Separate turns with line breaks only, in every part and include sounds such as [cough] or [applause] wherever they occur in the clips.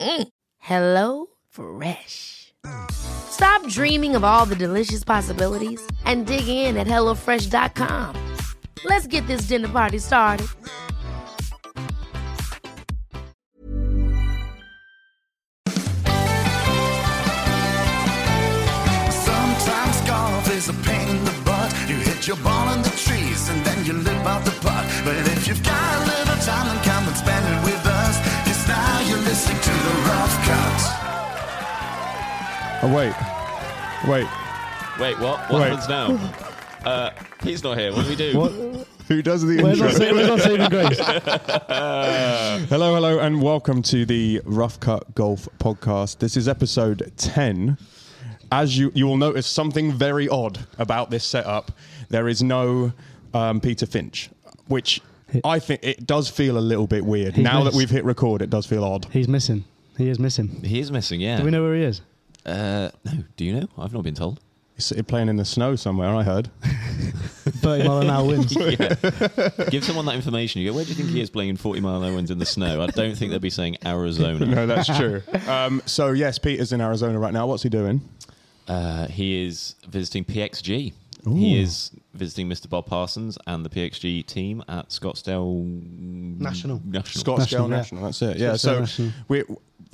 Mm. Hello Fresh. Stop dreaming of all the delicious possibilities and dig in at HelloFresh.com. Let's get this dinner party started.
Sometimes golf is a pain in the butt. You hit your ball in the trees and then you lip out the putt. But if you've got a little time, then come and spend it with us. 'Cause now you're listening to the rough cut.
Oh, wait. Wait.
Wait, what? What
Wait.
happens now?
[laughs]
Uh, he's not here. What do we do?
What? Who does the
Where's our,
intro?
sa- where's our
[laughs]
saving grace?
Hello, hello, and welcome to the Rough Cut Golf Podcast. This is episode 10. As you, you will notice something very odd about this setup. There is no um, Peter Finch, which I think it does feel a little bit weird.
He's
now that
missed.
we've hit record, it does feel odd.
He's missing. He is missing.
He is missing, yeah.
Do we know where he is?
Uh, no, do you know? I've not been told.
He's playing in the snow somewhere, I heard.
30 mile an
[laughs]
hour winds.
Yeah. Give someone that information. You go, where do you think he is playing 40 mile an hour winds in the snow? I don't think they'd be saying Arizona.
[laughs]
No, that's true. [laughs] Um, so, yes, Peter's in Arizona right now. What's he doing?
Uh, he is visiting PXG. He is visiting Mr. Bob Parsons and the PXG team at Scottsdale National.
National. National,
Scottsdale National,
yeah.
that's it. Yeah,
Scottsdale
so
National.
we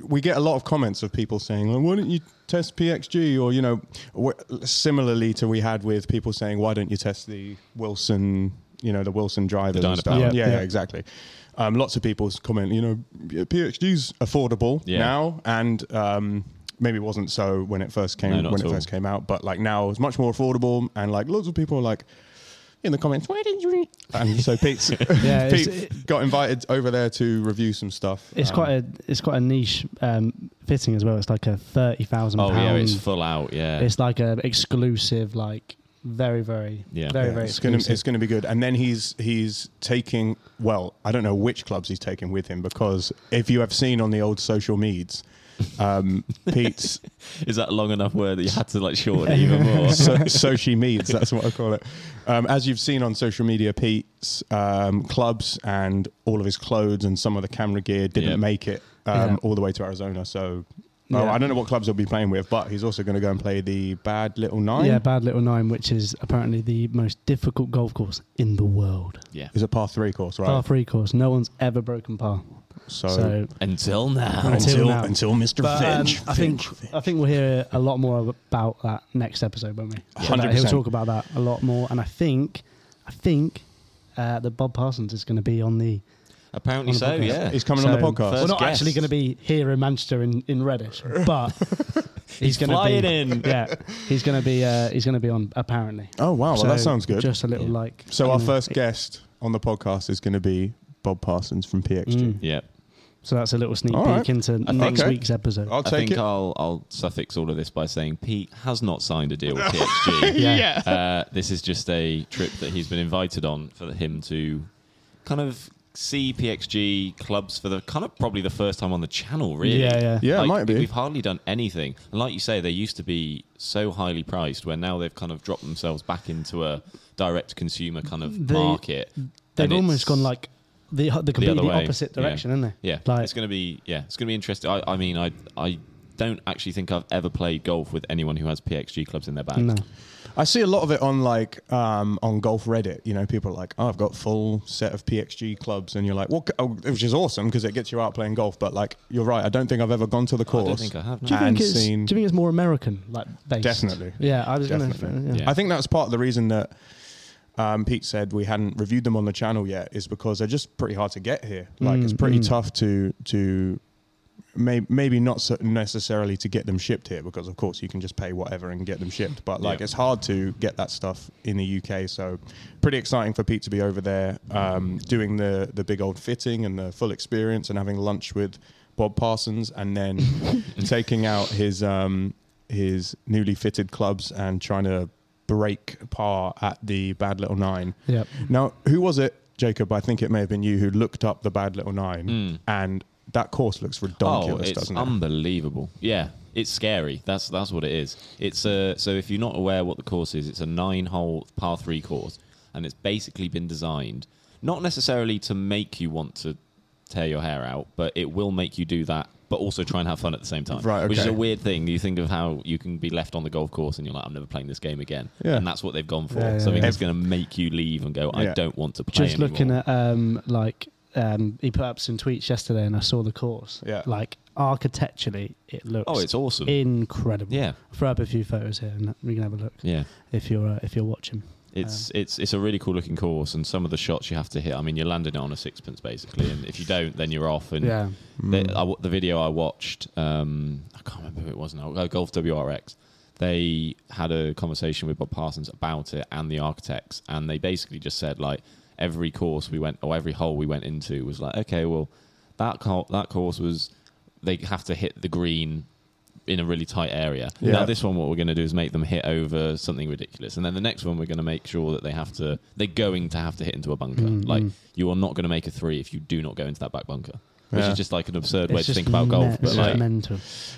we get a lot of comments of people saying, well, "Why don't you test PXG?" Or you know, wh- similarly to we had with people saying, "Why don't you test the Wilson?" You know, the Wilson drivers.
The
and
Dynapower.
stuff.
Yeah,
yeah,
yeah.
exactly. Um, lots of people's comment. You know, PXG's affordable
Yeah.
now, and um, maybe it wasn't so when it first came
No, not
when
at
it
all.
first came out, but like now it's much more affordable, and like lots of people are like. In the comments, why didn't you? And so Pete's, [laughs]
[laughs] Yeah, it's-
Pete got invited over there to review some stuff.
It's
Um,
quite a it's quite a niche um, fitting as well. It's like a thirty thousand
Oh,
pound.
yeah, it's full out, yeah.
it's like an exclusive, like very very
Yeah.
very
yeah,
very.
it's gonna
exclusive.
it's gonna be good. And then he's he's taking well, I don't know which clubs he's taking with him because if you have seen on the old social meds,
[laughs]
um, Pete's
is that a long enough word that you had to like shorten
[laughs]
it even more?
so, Sochi Meads, that's what I call it. Um, as you've seen on social media, Pete's um, clubs and all of his clothes and some of the camera gear didn't
Yeah.
make it um,
Yeah.
all the way to Arizona. So well,
Yeah.
I don't know what clubs he'll be playing with, but he's also going to go and play the Bad Little Nine.
yeah, bad little nine, which is apparently the most difficult golf course in the world.
yeah.
It's a par three course, right?
Par three course. No one's ever broken par.
so,
Oh.
So
Until now.
until now.
Mr.
But, um, I think I think we'll hear a lot more about that next episode, won't we?
Yeah.
Like, He'll
100%.
talk about that a lot more, and I think I think uh, that Bob Parsons is going to be on the.
Apparently
On the
so,
podcast.
yeah.
he's coming on
So-
the podcast.
We're
First
not
guest.
actually going to be here in Manchester in, in Reddish,
[laughs]
but he's going to
flying
be
in.
[laughs] Yeah, he's going to be uh, he's going to be on apparently.
Oh wow, well
So
that sounds good.
Just a little like.
so
you
our
know,
first guest on the podcast is going to be Bob Parsons from
Mm.
PXG.
Yeah.
So that's a little sneak
All
peek
right.
into next
Okay.
week's episode.
I'll
I
take
think
it.
I'll I'll suffix all of this by saying Pete has not signed
[laughs]
a deal with PXG.
Yeah.
Uh, this is just a trip that he's been invited on for him to kind of see PXG clubs for the kind of probably the first time on the channel, really.
Yeah, yeah.
Yeah, it
Like,
might be.
We've hardly done anything. And like you say, they used to be so highly priced where now they've kind of dropped themselves back into a direct consumer kind of
They-
market.
They've
And
almost
it's
gone like the the
the
completely
other way.
opposite
Yeah.
direction, haven't they?
Yeah,
Like,
it's going to be yeah, it's going to be interesting. I, I mean, I I don't actually think I've ever played golf with anyone who has PXG clubs in their bag.
no.
I see a lot of it on like um, on golf Reddit. You know, people are like, "Oh, I've got full set of PXG clubs," and you're like, "What?" c- oh," which is awesome because it gets you out playing golf. But like, you're right. I don't think I've ever gone to the course.
think I have, no.
Do you
and
think it's
seen.
do you think it's more American like based?
Definitely.
Yeah, I was going to.
Definitely.
Yeah.
Yeah.
I think that's part of the reason that um, Pete said we hadn't reviewed them on the channel yet is because they're just pretty hard to get here. Like
Mm,
it's pretty tough to to may, maybe not so necessarily to get them shipped here because of course you can just pay whatever and get them shipped. But like
Yeah.
it's hard to get that stuff in the UK. So pretty exciting for Pete to be over there um, doing the the big old fitting and the full experience and having lunch with. Bob Parsons, and then taking out his um, his newly fitted clubs and trying to break par at the Bad Little Nine.
Yep.
Now, who was it, Jacob? I think it may have been you who looked up the Bad Little Nine, and that course looks
Oh,
ridiculous,
it's
doesn't it?
unbelievable. Yeah, it's scary. That's that's what it is. It's a so if you're not aware what the course is, it's a nine-hole par three course, and it's basically been designed not necessarily to make you want to tear your hair out, but it will make you do that, but also try and have fun at the same time.
Right,
Which is
okay.
a weird thing. You think of how you can be left on the golf course and you're like, I'm never playing this game again.
Yeah.
And that's what they've gone for.
Yeah, yeah,
Something
yeah.
that's going to make you leave and go, I
Yeah.
don't want to play
Just
anymore.
looking at um like um he put up some tweets yesterday, and I saw the course.
Yeah.
Like architecturally, it looks.
Oh, it's awesome.
incredible.
Yeah.
I'll throw up a few photos here, and we can have a look
yeah.
if you're uh, if you're watching.
It's it's it's a really cool looking course, and some of the shots you have to hit. I mean, you're landing it on a sixpence basically, and if you don't, then you're off. And
Yeah.
they, I wa- the video I watched, um, I can't remember who it was now. uh, Golf WRX. They had a conversation with Bob Parsons about it and the architects, and they basically just said like every course we went or every hole we went into was like, okay, well that col- that course was they have to hit the green in a really tight area.
Yeah.
Now this one, what we're going to do is make them hit over something ridiculous, and then the next one, we're going to make sure that they have to, they're going to have to hit into a bunker.
Mm-hmm.
Like you are not going to make a three if you do not go into that back bunker, which
Yeah.
is just like an absurd way
It's
to
just
think about golf.
me-
But
it's
like,
mental.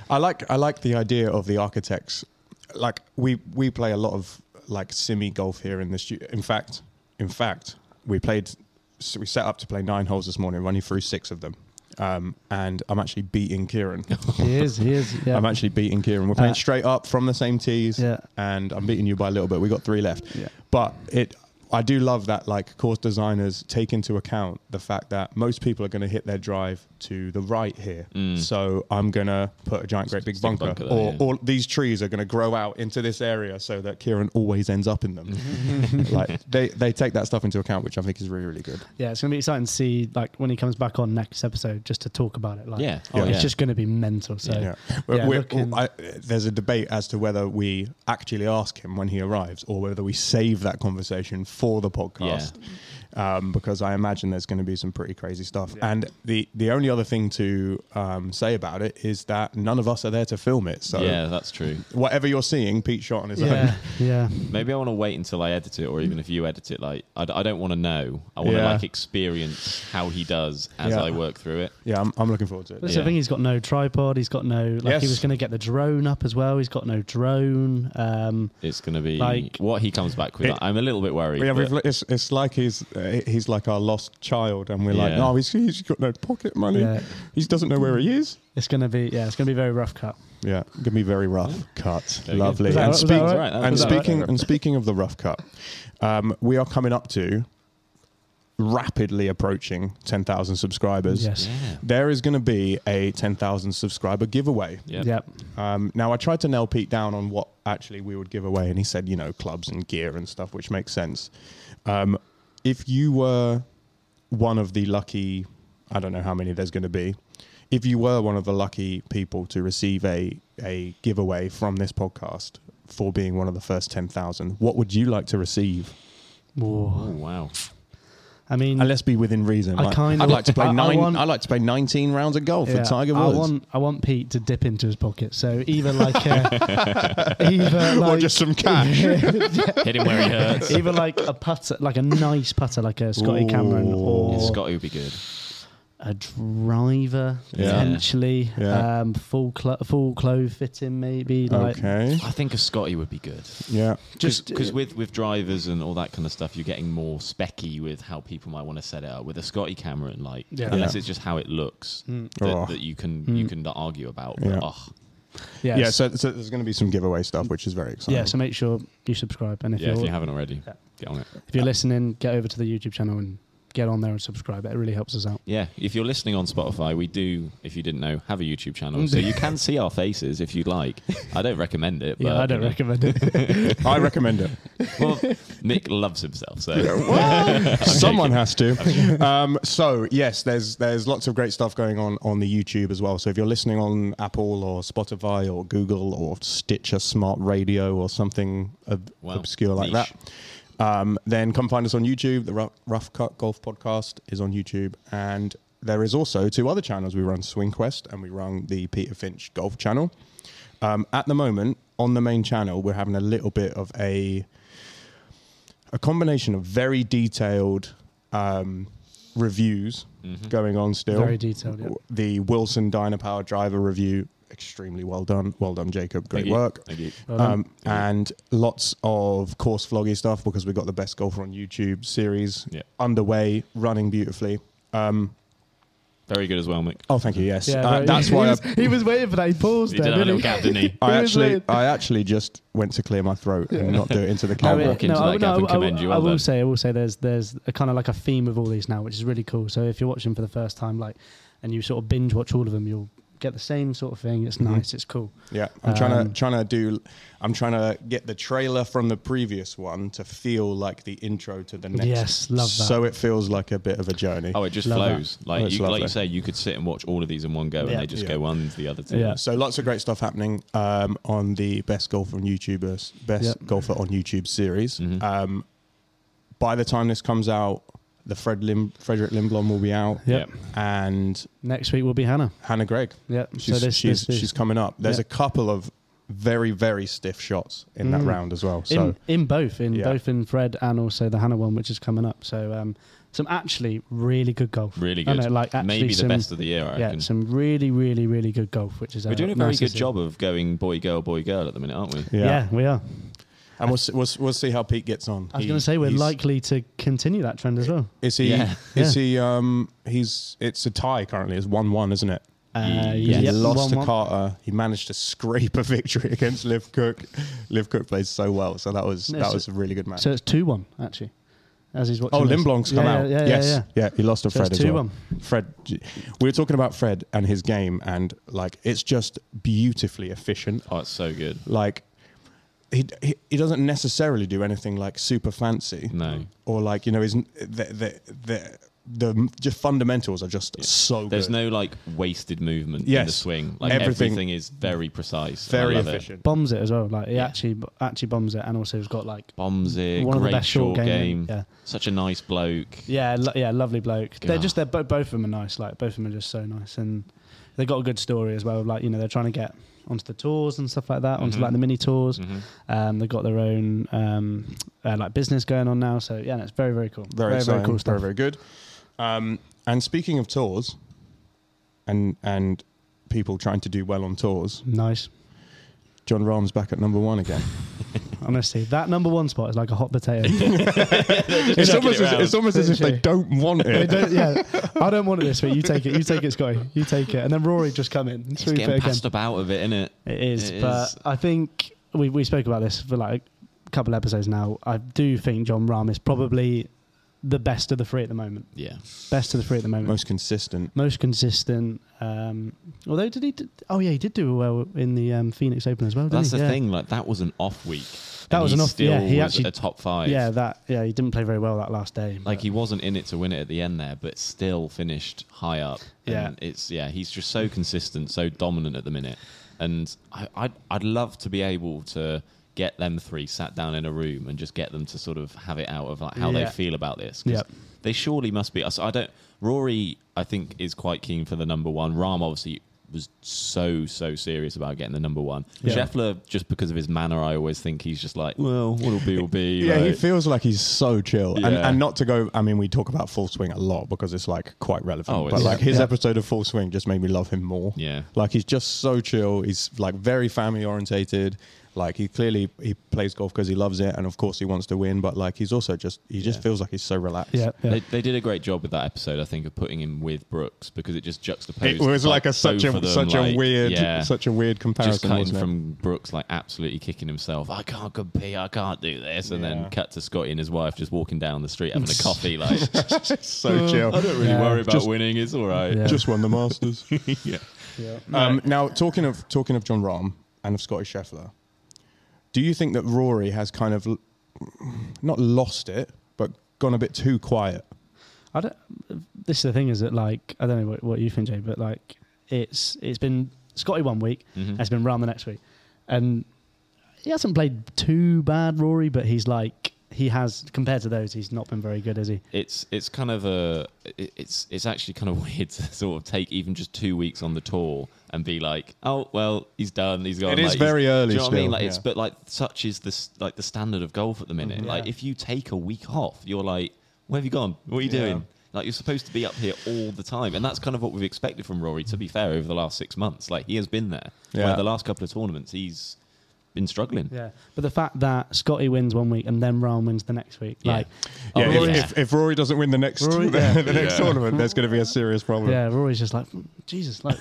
I like I like the idea of the architects. Like we we play a lot of like semi golf here in the studio. In fact, in fact, we played. So we set up to play nine holes this morning, running through six of them. Um, and I'm actually beating Kieran.
[laughs]
He is. He is. Yeah.
I'm actually beating Kieran. We're playing
Uh,
straight up from the same tees,
Yeah.
and I'm beating you by a little bit. We got three left,
Yeah.
but it. I do love that. Like course designers take into account the fact that most people are going to hit their drive to the right here. So I'm going to put a giant, great big
Mm. Stick a
bunker,
bunker there,
or
yeah.
all these trees are going to grow out into this area so that Kieran always ends up in them.
[laughs]
like they they take that stuff into account, which I think is really really good.
Yeah, it's gonna be exciting to see like when he comes back on next episode just to talk about it. Like,
Yeah. Oh,
it's
yeah.
just gonna be mental. So,
Yeah,
yeah,
We're- we're-
looking-
I, there's a debate as to whether we actually ask him when he arrives or whether we save that conversation for the podcast. Um, because I imagine there's going to be some pretty crazy stuff. And the the only other thing to um, say about it is that none of us are there to film it. So
yeah, that's true.
whatever you're seeing, Pete shot on his
yeah,
own.
yeah.
Maybe I want to wait until I edit it, or even if you edit it. Like, I, d- I don't want to know. I want to
Yeah.
like experience how he does as
Yeah.
I work through it.
Yeah, I'm, I'm looking forward to it.
But
Yeah.
so I think he's got no tripod. He's got no like
Yes.
he was gonna get the drone up as well. He's got no drone. Um,
It's going to be
Like-
what he comes back with.
It-
I'm a little bit worried.
Yeah,
but-
we've, it's, it's like he's uh, he's like our lost child, and we're like,
Yeah.
no, he's, he's got no pocket money.
Yeah.
He doesn't know where he is.
it's gonna be yeah, it's gonna be very rough cut.
Yeah, gonna be very rough cut.
you go.
Lovely.
Was that
And,
right? Was
speak-
that right?
Right, that
and
was-
speaking and speaking of the rough cut, um, we are coming up to rapidly approaching ten thousand subscribers.
Yes.
Yeah.
There is going to be a 10,000 subscriber giveaway.
Yep.
Yep.
Um, now, I tried to nail Pete down on what actually we would give away, and he said, you know, clubs and gear and stuff, which makes sense. Um, if you were one of the lucky, I don't know how many there's going to be, if you were one of the lucky people to receive a, a giveaway from this podcast for being one of the first 10,000, what would you like to receive?
Oh
Whoa.
wow.
I mean,
And let's be within reason.
I
Like,
kinda-
I'd like to play
I- I
nine. I
want-
would like to play 19 rounds of golf
yeah,
with Tiger
I
Woods.
want I want Pete to dip into his pocket. So either like a,
[laughs]
either like,
or
[laughs]
just some cash.
Hit him where he hurts.
either like a putter, like a nice putter, like a Scotty
Ooh.
Cameron, or
Scotty would be good.
a driver
Yeah.
potentially,
Yeah.
Um, full clo- full clove fitting maybe. Like
Okay.
I think a Scotty would be good.
Yeah.
Just- uh,
because with with drivers and all that kind of stuff, you're getting more specky with how people might want to set it up with a Scotty camera and like
Yeah. Hmm.
unless
Yeah.
it's just how it looks that,
Oh.
that you can you can argue about. But,
Yeah.
oh,
yeah,
Yeah.
so
So, so there's going to be some giveaway stuff, which is very exciting.
yeah. So make sure you subscribe, and if
yeah, if
you're
you haven't already,
Yeah.
get on it.
if you're listening, get over to the YouTube channel and get on there and subscribe. It really helps us out.
Yeah, if you're listening on Spotify, we do, if you didn't know, have a YouTube channel, so you can see our faces if you'd like. I don't recommend it. But,
[laughs] Yeah, I don't
you know.
recommend
[laughs]
it.
I recommend
[laughs]
it.
[laughs]
Well, Nick loves himself,
[laughs]
so
Someone has
[laughs]
to. Um, so yes, there's there's lots of great stuff going on on the YouTube as well. So if you're listening on Apple or Spotify or Google or Stitcher Smart Radio or something ob-
Wow.
obscure like
Niche.
that, um, then come find us on YouTube. The Rough, Rough Cut Golf Podcast is on YouTube and. There is also two other channels. We run Swing Quest and we run the Peter Finch Golf Channel. Um, at the moment, on the main channel, we're having a little bit of a a combination of very detailed um, reviews
Mm-hmm.
going on still.
Very detailed, yeah.
The Wilson Dynapower driver review, extremely well done. Well done, Jacob. Great
Thank you.
work.
Thank you.
Um, and lots of course vloggy stuff because we've got the best golfer on YouTube series
Yeah.
underway, running beautifully.
Very good as well, Mick.
Oh, thank you. Yes,
Yeah,
Uh,
very-
that's
[laughs] he
why
was,
I,
he was waiting for that. He paused
He
there.
did have a
didn't
little
he?
gap,
[laughs]
didn't he?
I
He was
actually,
waiting.
I actually just went to clear my throat and not do it
[laughs]
into the
I'll
camera.
walk into that gap and
I-
commend you
I
on
will
that.
say, I will say, there's there's a kind of like a theme of all these now, which is really cool. So if you're watching for the first time, like, and you sort of binge watch all of them, you'll get the same sort of thing. It's nice. It's cool.
Yeah, I'm trying to
Um,
trying to do. I'm trying to get the trailer from the previous one to feel like the intro to the next.
Yes, love that.
So it feels like a bit of a journey.
Oh, it just
Love that.
flows. Like
That's
you, like
lovely.
you say, you could sit and watch all of these in one go,
Yeah.
and they just
Yeah.
go one to the other two.
Yeah.
So lots of great stuff happening um, on the best golfer on YouTubers, best
Yep.
golfer on YouTube series.
Mm-hmm.
Um, by the time this comes out, the Fred Lim- Frederick Limblom will be out,
Yep.
and
Next week will be Hannah.
Hannah Gregg.
Yep. So
she's
this-
she's,
this is-
she's coming up. There's
yeah.
a couple of very very stiff shots in that round as well. So
Mm. in in both in
Yeah.
both in Fred and also the Hannah one, which is coming up. So um, some actually really good golf.
Really
I
good.
know, like actually
Maybe the
some,
best of the year, I
yeah,
reckon.
some really really really good golf, which is
We're
uh,
doing a very
nice to
good
see.
job of going boy, girl, boy, girl at the minute, aren't
[laughs]
we?
Yeah. we are.
And we'll, see- we'll see- we'll see how Pete gets on.
I was
He-
going to say we're
he's-
likely to continue that trend as well.
Is he?
Yeah.
Is
Yeah.
he? Um, he's. It's a tie currently. It's one-one, isn't it?
Uh,
Yes.
He
yep,
lost to
one-one.
Carter. He managed to scrape a victory [laughs] against Liv Cook. Liv Cook plays so well, so that was
No,
that
so-
was a really good match.
So it's two one actually, as he's watching.
oh,
this.
Limblong's come
Yeah,
out.
Yeah, yeah,
yes,
yeah.
he lost to
So
Fred
it's
as well.
2-1.
Fred, we were talking about Fred and his game, and like it's just beautifully efficient.
Oh, it's so good.
Like he he, he doesn't necessarily do anything like super fancy.
No.
or like you know is the the the, the just fundamentals are just so
There's
good.
no like wasted movement in the
Yes.
swing. Like everything,
Everything-
is very precise. I
very
love it.
efficient.
Bombs it as well. Like he actually actually bombs it, and also he's got like
Bombs it.
One of the
great
best
short
short
game.
game, yeah.
Such a nice bloke.
Yeah, lo- yeah, lovely bloke. They're
God.
just they're bo- both of them are nice. Like both of them are just so nice, and they got a good story as well. Like you know, they're trying to get onto the tours and stuff like that, onto
Mm-hmm.
like the mini tours. Um, they've got their own um, uh, like business going on now. So yeah, no, it's very very cool.
very, exciting,
cool stuff.
very very good. Um, and speaking of tours, and and people trying to do well on tours,
nice.
John Rahm's back at number one
[laughs]
again.
Honestly, that number one spot is like a
[laughs]
hot potato. [laughs]
it's,
chucking
almost
it
as,
round.
it's almost as if they don't want
They
it.
don't- yeah, I don't want it this week. You take it. You take it, Scotty. You take it, and then Rory just come in.
It's
Sweep
getting
it again.
passed up out of it, isn't it?
It is,
It
but
is.
I think we we spoke about this for like a couple episodes now. I do think John Rahm is probably the best of the three at the moment.
Yeah.
Best of the three at the moment. Most,
Most consistent.
consistent. Um, although did he? d oh yeah, he did do well in the um, Phoenix Open as well. Didn't
That's
he?
the
yeah.
thing. Like that was an off week.
That
and
was
he
an off-
Still
yeah, he
was
actually-
a top five.
Yeah, that. Yeah, he didn't play very well that last day.
Like
but-
he wasn't in it to win it at the end there, but still finished high up.
Yeah.
and it's yeah, he's just so consistent, so dominant at the minute, and I, I'd I'd love to be able to get them three sat down in a room and just get them to sort of have it out of like how
Yeah.
they feel about this. 'Cause
Yep.
they surely must be. I s- I don't. Rory, I think, is quite keen for the number one. Ram obviously was so so serious about getting the number one.
Yeah.
Scheffler, just because of his manner, I always think he's just like, well, what'll be will
[laughs]
be.
Yeah, he
like-
feels like he's so chill, and,
Yeah.
and not to go. I mean, we talk about Full Swing a lot because it's like quite relevant.
Oh,
but
it's-
like his
Yeah.
episode of Full Swing just made me love him more.
Yeah.
like he's just so chill. He's like very family orientated. Like he clearly he plays golf because he loves it, and of course he wants to win. But like he's also just he just
Yeah.
feels like he's so relaxed.
Yeah, yeah.
They, they did a great job with that episode, I think, of putting him with Brooks because it just juxtaposed.
It was like a such a
both of them,
such a
like,
weird
yeah.
such a weird
just
comparison.
cutting
wasn't it?
from Brooks like absolutely kicking himself. I can't compete. I can't do this. And
Yeah.
then cut to Scotty and his wife just walking down the
[laughs]
street having a coffee. Like,
[laughs] so chill.
I don't really
Yeah.
worry about
Just-
winning. It's all right.
Yeah.
Just won the [laughs] Masters. Um, now talking of talking of John Rahm and of Scotty Scheffler, do you think that Rory has kind of l- not lost it, but gone a bit too quiet?
I don't. This is the thing is that like I don't know what, what you think, Jay, but like it's it's been Scotty one week,
Mm-hmm.
and it's been Ram the next week, and he hasn't played too bad, Rory, but he's like he has compared to those, he's not been very good, has he?
It's it's kind of a it- it's it's actually kind of [laughs] weird to sort of take even just two weeks on the tour and be like, oh well, he's done. He's gone.
It is
like, he's-
very early
Do you know what I
still,
mean? Like it's
yeah. Mm-hmm.
but like such is this like the standard of golf at the minute. Like if you take a week off, you're like, where have you gone? What are you
Yeah.
doing? Like you're supposed to be up here all the time, and that's kind of what we've expected from Rory. To be fair, over the last six months, like he has been there.
Yeah.
Like, the last couple of tournaments, he's been struggling.
Yeah, but the fact that Scotty wins one week and then Ram wins the next week,
Yeah.
like
Oh,
yeah,
Rory-
if, if, if Rory doesn't win the next
Rory-
[laughs] the,
yeah.
the next tournament, there's going to be a serious problem.
yeah, Rory's just like "Mm,
[laughs]
Jesus, like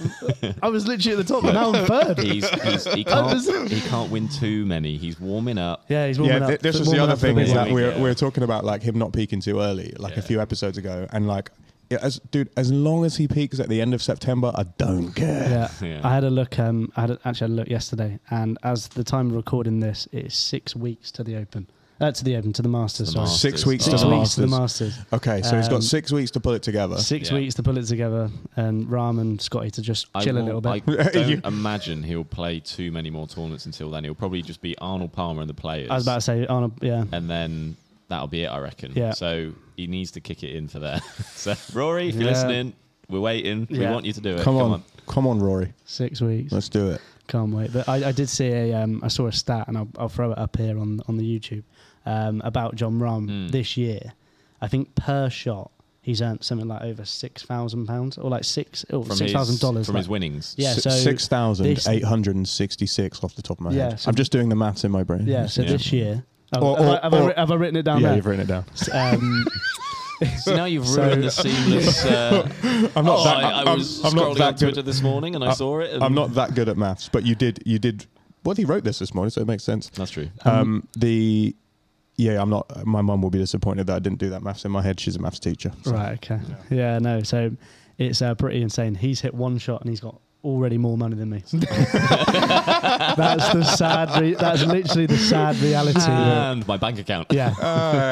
I was literally at the top, and now I'm third.
He's, he's,
[laughs]
he, can't, he can't win too many. He's warming up.
Yeah, he's warming
Yeah,
up.
th- this was
warming
the other
up for
thing
big
is
one.
that we're,
yeah.
we're talking about like him not peaking too early, like a few episodes ago, and like yeah, as dude, as long as he peaks at the end of September, I don't care.
Yeah.
[laughs] Yeah.
I had a look. Um, I had a, actually had a look yesterday, and as the time of recording this, it is six weeks to the Open. Uh, to the Open, to the Masters. sorry.
Masters.
Six weeks
Six
to the Masters.
weeks
Uh,
to the Masters.
Okay, so he's
Um,
got six weeks to pull it together.
Six
Yeah.
weeks to pull it together, and Rahm and Scotty to just
I
chill a
will-
little bit. [laughs]
I
You-
don't imagine he'll play too many more tournaments until then. He'll probably just be Arnold Palmer and the players.
I was about to say, on a, yeah,
and then that'll be it, I reckon.
Yeah.
So he needs to kick it in for there. [laughs] so Rory, if you're
Yeah.
listening, we're waiting. We
Yeah.
want you to do it.
come on, come on, Rory,
six weeks.
let's do it.
Can't wait. But I, I did see a, um, I saw a stat, and I'll, I'll throw it up here on on the YouTube um, about John Rahm
Hmm.
this year. I think per shot he's earned something like over six thousand pounds, or like six oh,
From
six thousand dollars
his, from his winnings.
Yeah,
S-
so
6,866 off the top of my head.
Yeah, so-
I'm just doing the maths in my brain.
Yeah, so
Yeah.
this year. Oh,
Or-
have,
or-
I, have, I
or-
wri- have I written it down
Yeah,
there?
you've written it down. [laughs]
Um,
So now you've
So-
ruined the
[laughs]
seamless. Uh,
I'm not
oh,
that,
I, I
I'm-
was
I'm not
scrolling on
that
Twitter
good.
this morning and I, saw it. And
I'm not that good at maths, but you did. You did. Well, he wrote this this morning, so it makes sense.
That's true.
Um, the yeah, I'm not. My mum will be disappointed that I didn't do that maths in my head. She's a maths teacher. so-
right, okay. Yeah. no, so it's uh, pretty insane. He's hit one shot and he's got already more
[laughs]
money than me. [laughs] that's the sad, re- that's literally the sad reality.
And my bank account.
yeah.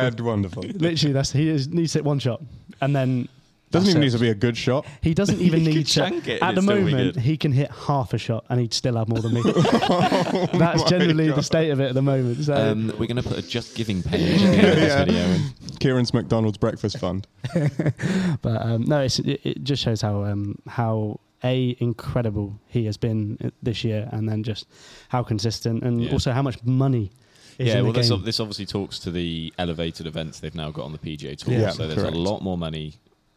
And wonderful. Doesn't
[laughs] Literally, that's he is, needs to hit one shot, and then that's
even
it.
need to be a good shot.
He
[laughs]
doesn't even
He could
need to.
chunk it and
At
it'd
the
still be
moment,
good.
he can hit half a shot, and he'd still have
[laughs]
more than me. that's generally the state of it at the moment. So.
Oh Um, we're going to put a Just Giving page
[laughs]
at the end of this
Yeah.
video. And
Kieran's McDonald's breakfast fund.
But um, no, it's, it, it just shows how um, how a incredible he has been uh, this year, and then just how consistent, and
Yeah.
also how much money. Is
yeah,
in
well,
the
this,
game.
ob- this obviously talks to the elevated events they've now got on the PGA Tour.
Yeah,
so there's
correct.
a lot more money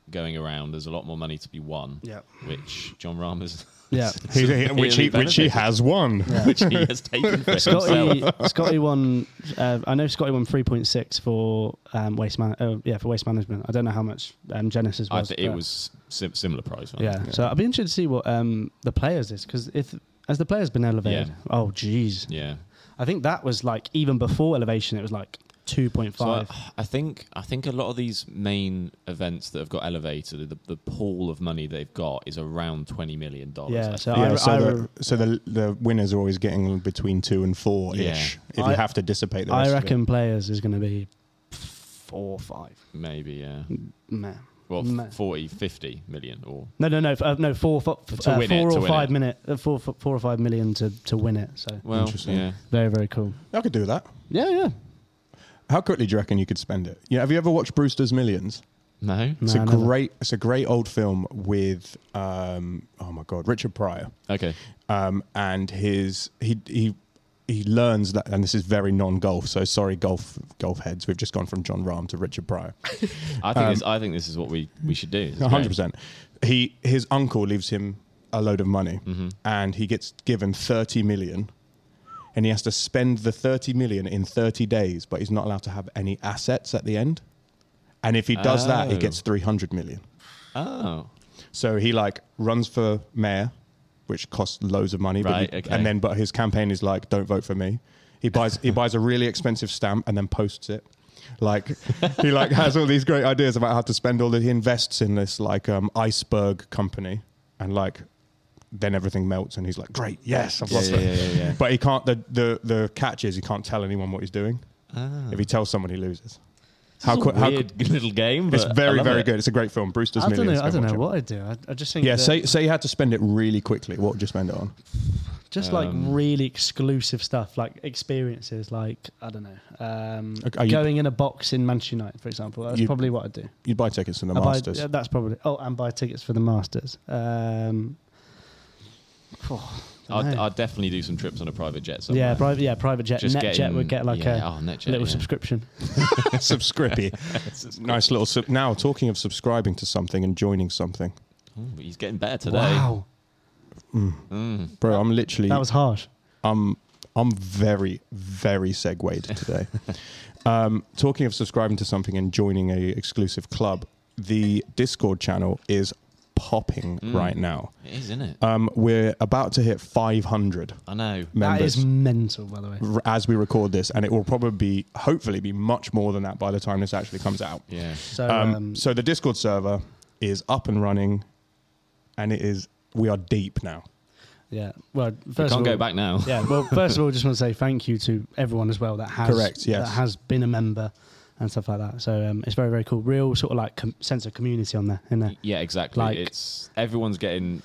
going around. There's a lot more money to be won.
Yeah.
Which John Rahm has,
Yeah.
He- he- which he
severely
which he
benefited-
has won.
[laughs] which he has
[laughs]
taken for himself.
Scotty,
[laughs]
Scotty won. Uh, I know Scotty won three point six for um, waste man. Uh, yeah, for waste management. I don't know how much um, Genesis
I
was.
think it
but-
was sim- similar prize. I
Yeah.
think.
So I'd be interested to see what um, the players is because if as the players been elevated.
Yeah.
Oh, jeez.
Yeah.
I think that was like even before elevation, it was like two point
So I,
five.
I think I think a lot of these main events that have got elevated, the, the pool of money they've got is around twenty million dollars.
yeah. So
yeah,
I,
so,
I,
the, so the the winners are always getting between two and four ish.
Yeah.
If
I-
you have to dissipate the rest
I
of it.
reckon players is going to be four or five.
maybe yeah.
Man.
Well,
Man.
f- 40, 50 million or
No, no, no, f- uh, no. Four, fo- f-
To
uh,
win it,
four
to
or
win
five
it.
minute, uh, four, four, four or five million to to win it. So
well,
Interesting.
yeah.
very, very cool.
I could do that.
Yeah, yeah.
How quickly do you reckon you could spend it? Yeah, have you ever watched Brewster's Millions?
No.
It's a
No, never.
great, it's a great old film with, um, oh my god, Richard Pryor.
Okay.
um, and his he he he learns that, and this is very non-golf. So sorry, golf golf heads. We've just gone from John Rahm to Richard Pryor.
I think this, I think this is what we, we should do.
[laughs]
This is
One hundred
great.
percent. He his uncle leaves him a load of money, and he gets given thirty million, and he has to spend the thirty million in thirty days, but he's not allowed to have any assets at the end. And if he does that, he
Oh.
gets three hundred million.
Oh.
So he like runs for mayor, which costs loads of money.
Right,
but he-
okay.
And then, but his campaign is like, don't vote for me. He buys he buys a really expensive stamp and then posts it. Like
[laughs]
he like has all these great ideas about how to spend all that. He invests in this like um, iceberg company, and like then everything melts, and he's like, great, yes, I've
Yeah,
lost
yeah,
it.
yeah, yeah, yeah.
But he can't. The, the the catch is he can't tell anyone what he's doing. If he tells someone, he loses. How
It's Ah. a
could how
weird
could-
little game?
It's
but [laughs] I
very
love
very
it.
good. It's a great film. Brewster's
I don't
Millions.
know. I
Go
don't
watch
know
it.
what I'd do. I, I just think
Yeah,
that
say say you had to spend it really quickly. What would you spend it on?
just like
Um,
really exclusive stuff, like experiences, like I don't know, um,
Okay, are you-
going in a box in Manchester United, for example. That's
You-
probably what I'd do.
You'd buy tickets to the
I buy-
Masters.
yeah, that's probably. Oh, and buy tickets for the Masters. Um, [sighs] oh, I don't
I'd,
know.
I'd definitely do some trips on a private jet somewhere.
yeah, private. Yeah, private jet.
Just
Net jet
getting-
would get like
yeah,
a
oh, NetJet,
little
yeah.
subscription.
[laughs]
[laughs]
Subscrippy. nice little. Sub- now talking of subscribing to something and joining something,
Ooh, he's getting better today.
Wow,
bro. I'm literally.
that was harsh.
I'm I'm very very segued
[laughs]
today. um, talking of subscribing to something and joining a exclusive club, the Discord channel is popping
Mm.
right now.
It is, isn't it?
Um, we're about to hit 500
I know.
members.
That is mental, by the way.
r- as we record this, and it will probably be, hopefully, be much more than that by the time this actually comes out.
Yeah.
So,
Um,
um,
so the Discord server is up and running, and it is we are deep now.
yeah. Well, first
You
of all,
can't go back now.
yeah.
[laughs]
Well, first of all, just want to say thank you to everyone as well that has
Correct, yes.
that has been a member and stuff like that. So um, it's very very cool. Real sort of like com- sense of community on there, isn't there?
Yeah, exactly.
Like-
it's everyone's getting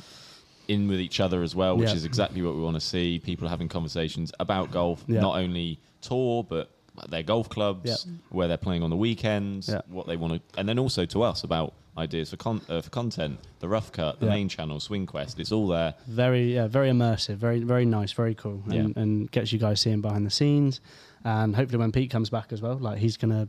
in with each other as well, which
Yeah.
is exactly what we want to see. People having conversations about golf,
Yeah.
not only tour but their golf clubs,
Yeah.
where they're playing on the weekends,
Yeah.
what they want to, and then also to us about ideas for con- uh, for content, the rough cut, the
Yeah.
main channel, Swing Quest. It's all there.
Very yeah, very immersive. Very very nice. Very cool. And,
Yeah.
and gets you guys seeing behind the scenes. And hopefully when Pete comes back as well, like he's gonna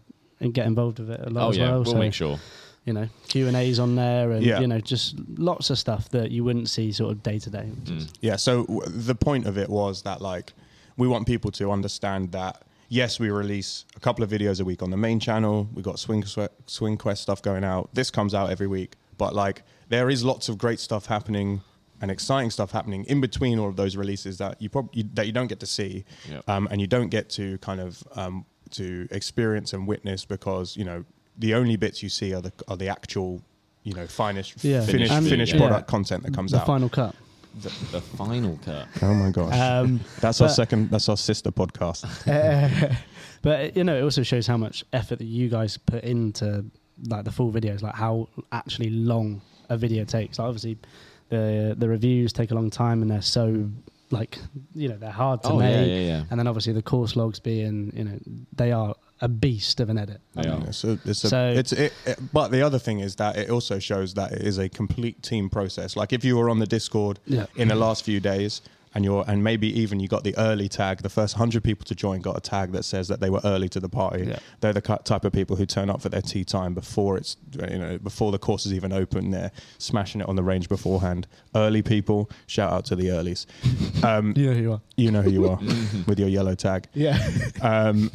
get involved with it a lot
oh
as
yeah,
well.
we'll
so,
make sure.
you know Q and A's on there, and
Yeah.
you know just lots of stuff that you wouldn't see sort of day to day. which is-
Yeah. So w- the point of it was that like we want people to understand that yes, we release a couple of videos a week on the main channel. We got swing Swe- swing quest stuff going out. This comes out every week, but like there is lots of great stuff happening and exciting stuff happening in between all of those releases that you probably that you don't get to see
Yeah.
um, and you don't get to kind of um, to experience and witness because you know the only bits you see are the are the actual you know finest
Yeah.
finished
And-
finished
yeah.
product content
Mm,
that comes
the
out
final
[laughs]
cut.
The, the final cut.
oh my gosh
Um,
that's our
But-
second. That's our sister podcast.
but you know, it also shows how much effort that you guys put into like the full videos, like how actually long a video takes. Like obviously, the the reviews take a long time, and they're so like you know they're hard to
Oh, yeah,
make.
yeah, yeah.
And then obviously the course logs being you know they are a beast of an edit.
They are.
It's a- it's a-
So-
it's- it- it- but the other thing is that it also shows that it is a complete team process. Like if you were on the Discord
Yeah.
in the last few days, and you're and maybe even you got the early tag. The first hundred people to join got a tag that says that they were early to the party.
Yeah.
They're the cu- type of people who turn up for their tea time before it's you know before the course is even open. They're smashing it on the range beforehand. Early people, shout out to the earlies. Um,
You know who you are.
you know who you are with your yellow tag.
Yeah.
Um,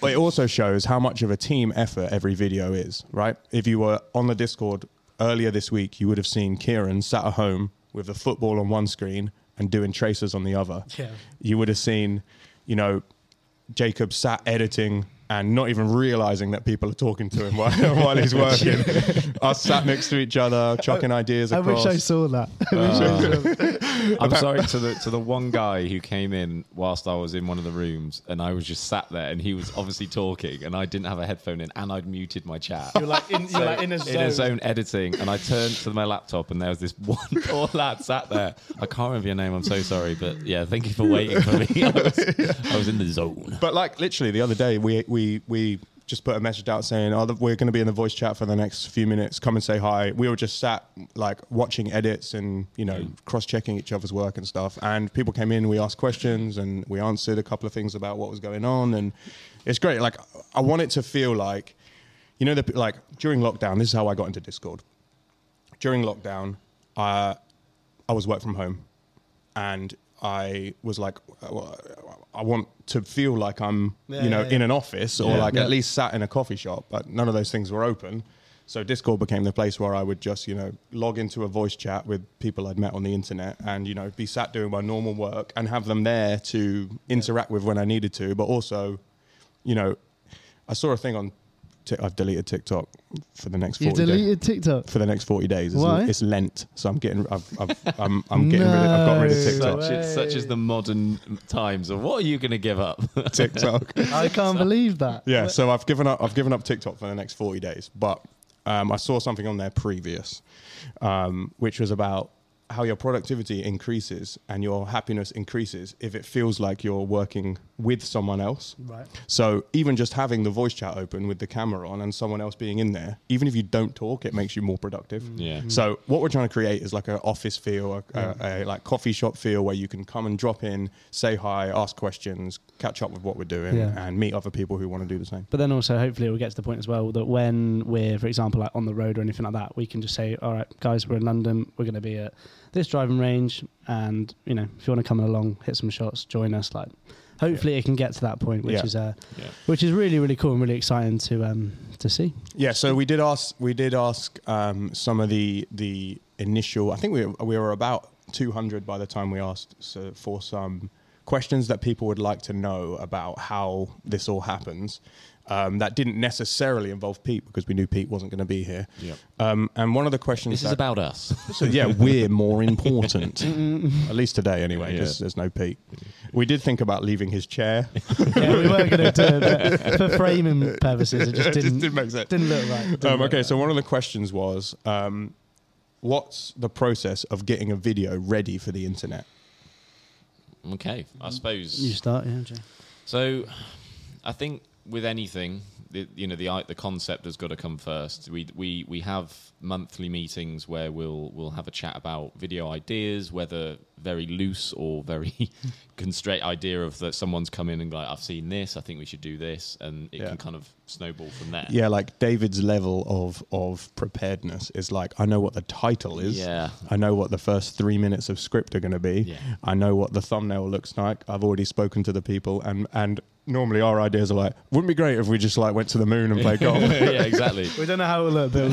but it also shows how much of a team effort every video is, right? If you were on the Discord earlier this week, you would have seen Kieran sat at home with the football on one screen and doing tracers on the other.
Yeah.
You would have seen, you know, Jacob sat editing and not even realizing that people are talking to him [laughs] while, while he's working.
[laughs]
Us sat next to each other, chucking ideas
[laughs] I
across.
wish I saw that. [laughs]
I'm sorry to [laughs] the to the one guy who came in whilst I was in one of the rooms, and I was just sat there, and he was obviously talking, and I didn't have a headphone in, and I'd muted my chat. You're like [laughs] in, you're like in a zone. editing, and I turned to my laptop, and there was this [laughs] one poor lad sat there. I can't remember your name. I'm so sorry, but yeah, thank [laughs] you for waiting for me. I was, I was in the zone.
But like literally the other day, we we we just put a message out saying, "Oh, the- we're going to be in the voice chat for the next few minutes. Come and say hi." We were just sat like watching edits and you know cross-checking each other's work and stuff. And people came in, we asked questions, and we answered a couple of things about what was going on. And it's great. Like I want it to feel like, you know, the, like during lockdown, this is how I got into Discord. During lockdown, I I was work from home, and I was like, well, I want to feel like I'm,
Yeah,
you know,
yeah, yeah.
in an office or
Yeah.
like
Yeah.
at least sat in a coffee shop, but none of those things were open. So Discord became the place where I would just, you know, log into a voice chat with people I'd met on the internet and, you know, be sat doing my normal work and have them there to interact with when I needed to, but also, you know, I saw a thing on, Tik- I've deleted TikTok for the next 40
You
days
deleted TikTok.
for the next 40 days. It's,
Why?
it's Lent, so I'm getting I've, I've, I'm, I'm getting rid of I've got rid of
[laughs] No.
TikTok.
Such, is, such is the modern times of what are you going to give up?
TikTok.
I can't believe that.
yeah, so I've given up I've given up TikTok for the next 40 days, but um, I saw something on there previous um, which was about how your productivity increases and your happiness increases if it feels like you're working with someone else.
Right.
So even just having the voice chat open with the camera on and someone else being in there, even if you don't talk, it makes you more productive.
Yeah. Mm.
So what we're trying to create is like an office feel, a, a, a like coffee shop feel, where you can come and drop in, say hi, ask questions, catch up with what we're doing,
Yeah.
and meet other people who want to do the same.
But then also, hopefully, it will get to the point as well that when we're, for example, like on the road or anything like that, we can just say, "All right, guys, we're in London. We're going to be at this driving range, and you know, if you want to come along, hit some shots, join us." Like, hopefully, it can get to that point, which
Yeah.
is uh,
Yeah.
which is really, really cool and really exciting to um to see.
Yeah, so we did ask we did ask um, some of the the initial. I think we we were about 200 by the time we asked so for some questions that people would like to know about how this all happens. Um, that didn't necessarily involve Pete because we knew Pete wasn't going to be here.
Yep.
Um, and one of the questions
this is [laughs]
that-
about us.
so yeah, we're more
[laughs]
important. At least today, anyway,
Mm-hmm. Yeah.
because there's no Pete. We did think about leaving his
[laughs]
chair.
[laughs] yeah, we were going to do it, but for framing purposes, [laughs] it just
It just
didn't
didn't make sense.
Didn't look right. didn't
Um,
look
okay,
right.
so one of the questions was, um, what's the process of getting a video ready for the internet?
okay, I suppose.
you start, yeah. Jay.
So, I think with anything, the, you know, the i- the concept has got to come first. We we we have monthly meetings where we'll we'll have a chat about video ideas, whether very loose or very [laughs] constrained idea of that someone's come in and like, I've seen this, I think we should do this, and it
Yeah.
can kind of snowball from there.
Yeah, like David's level of of preparedness is like, I know what the title is.
Yeah.
I know what the first three minutes of script are going to be.
Yeah.
I know what the thumbnail looks like. I've already spoken to the people, and and normally our ideas are like, wouldn't it be great if we just like went to the moon and played golf.
[laughs] yeah, exactly.
We don't know how it looked, but [laughs]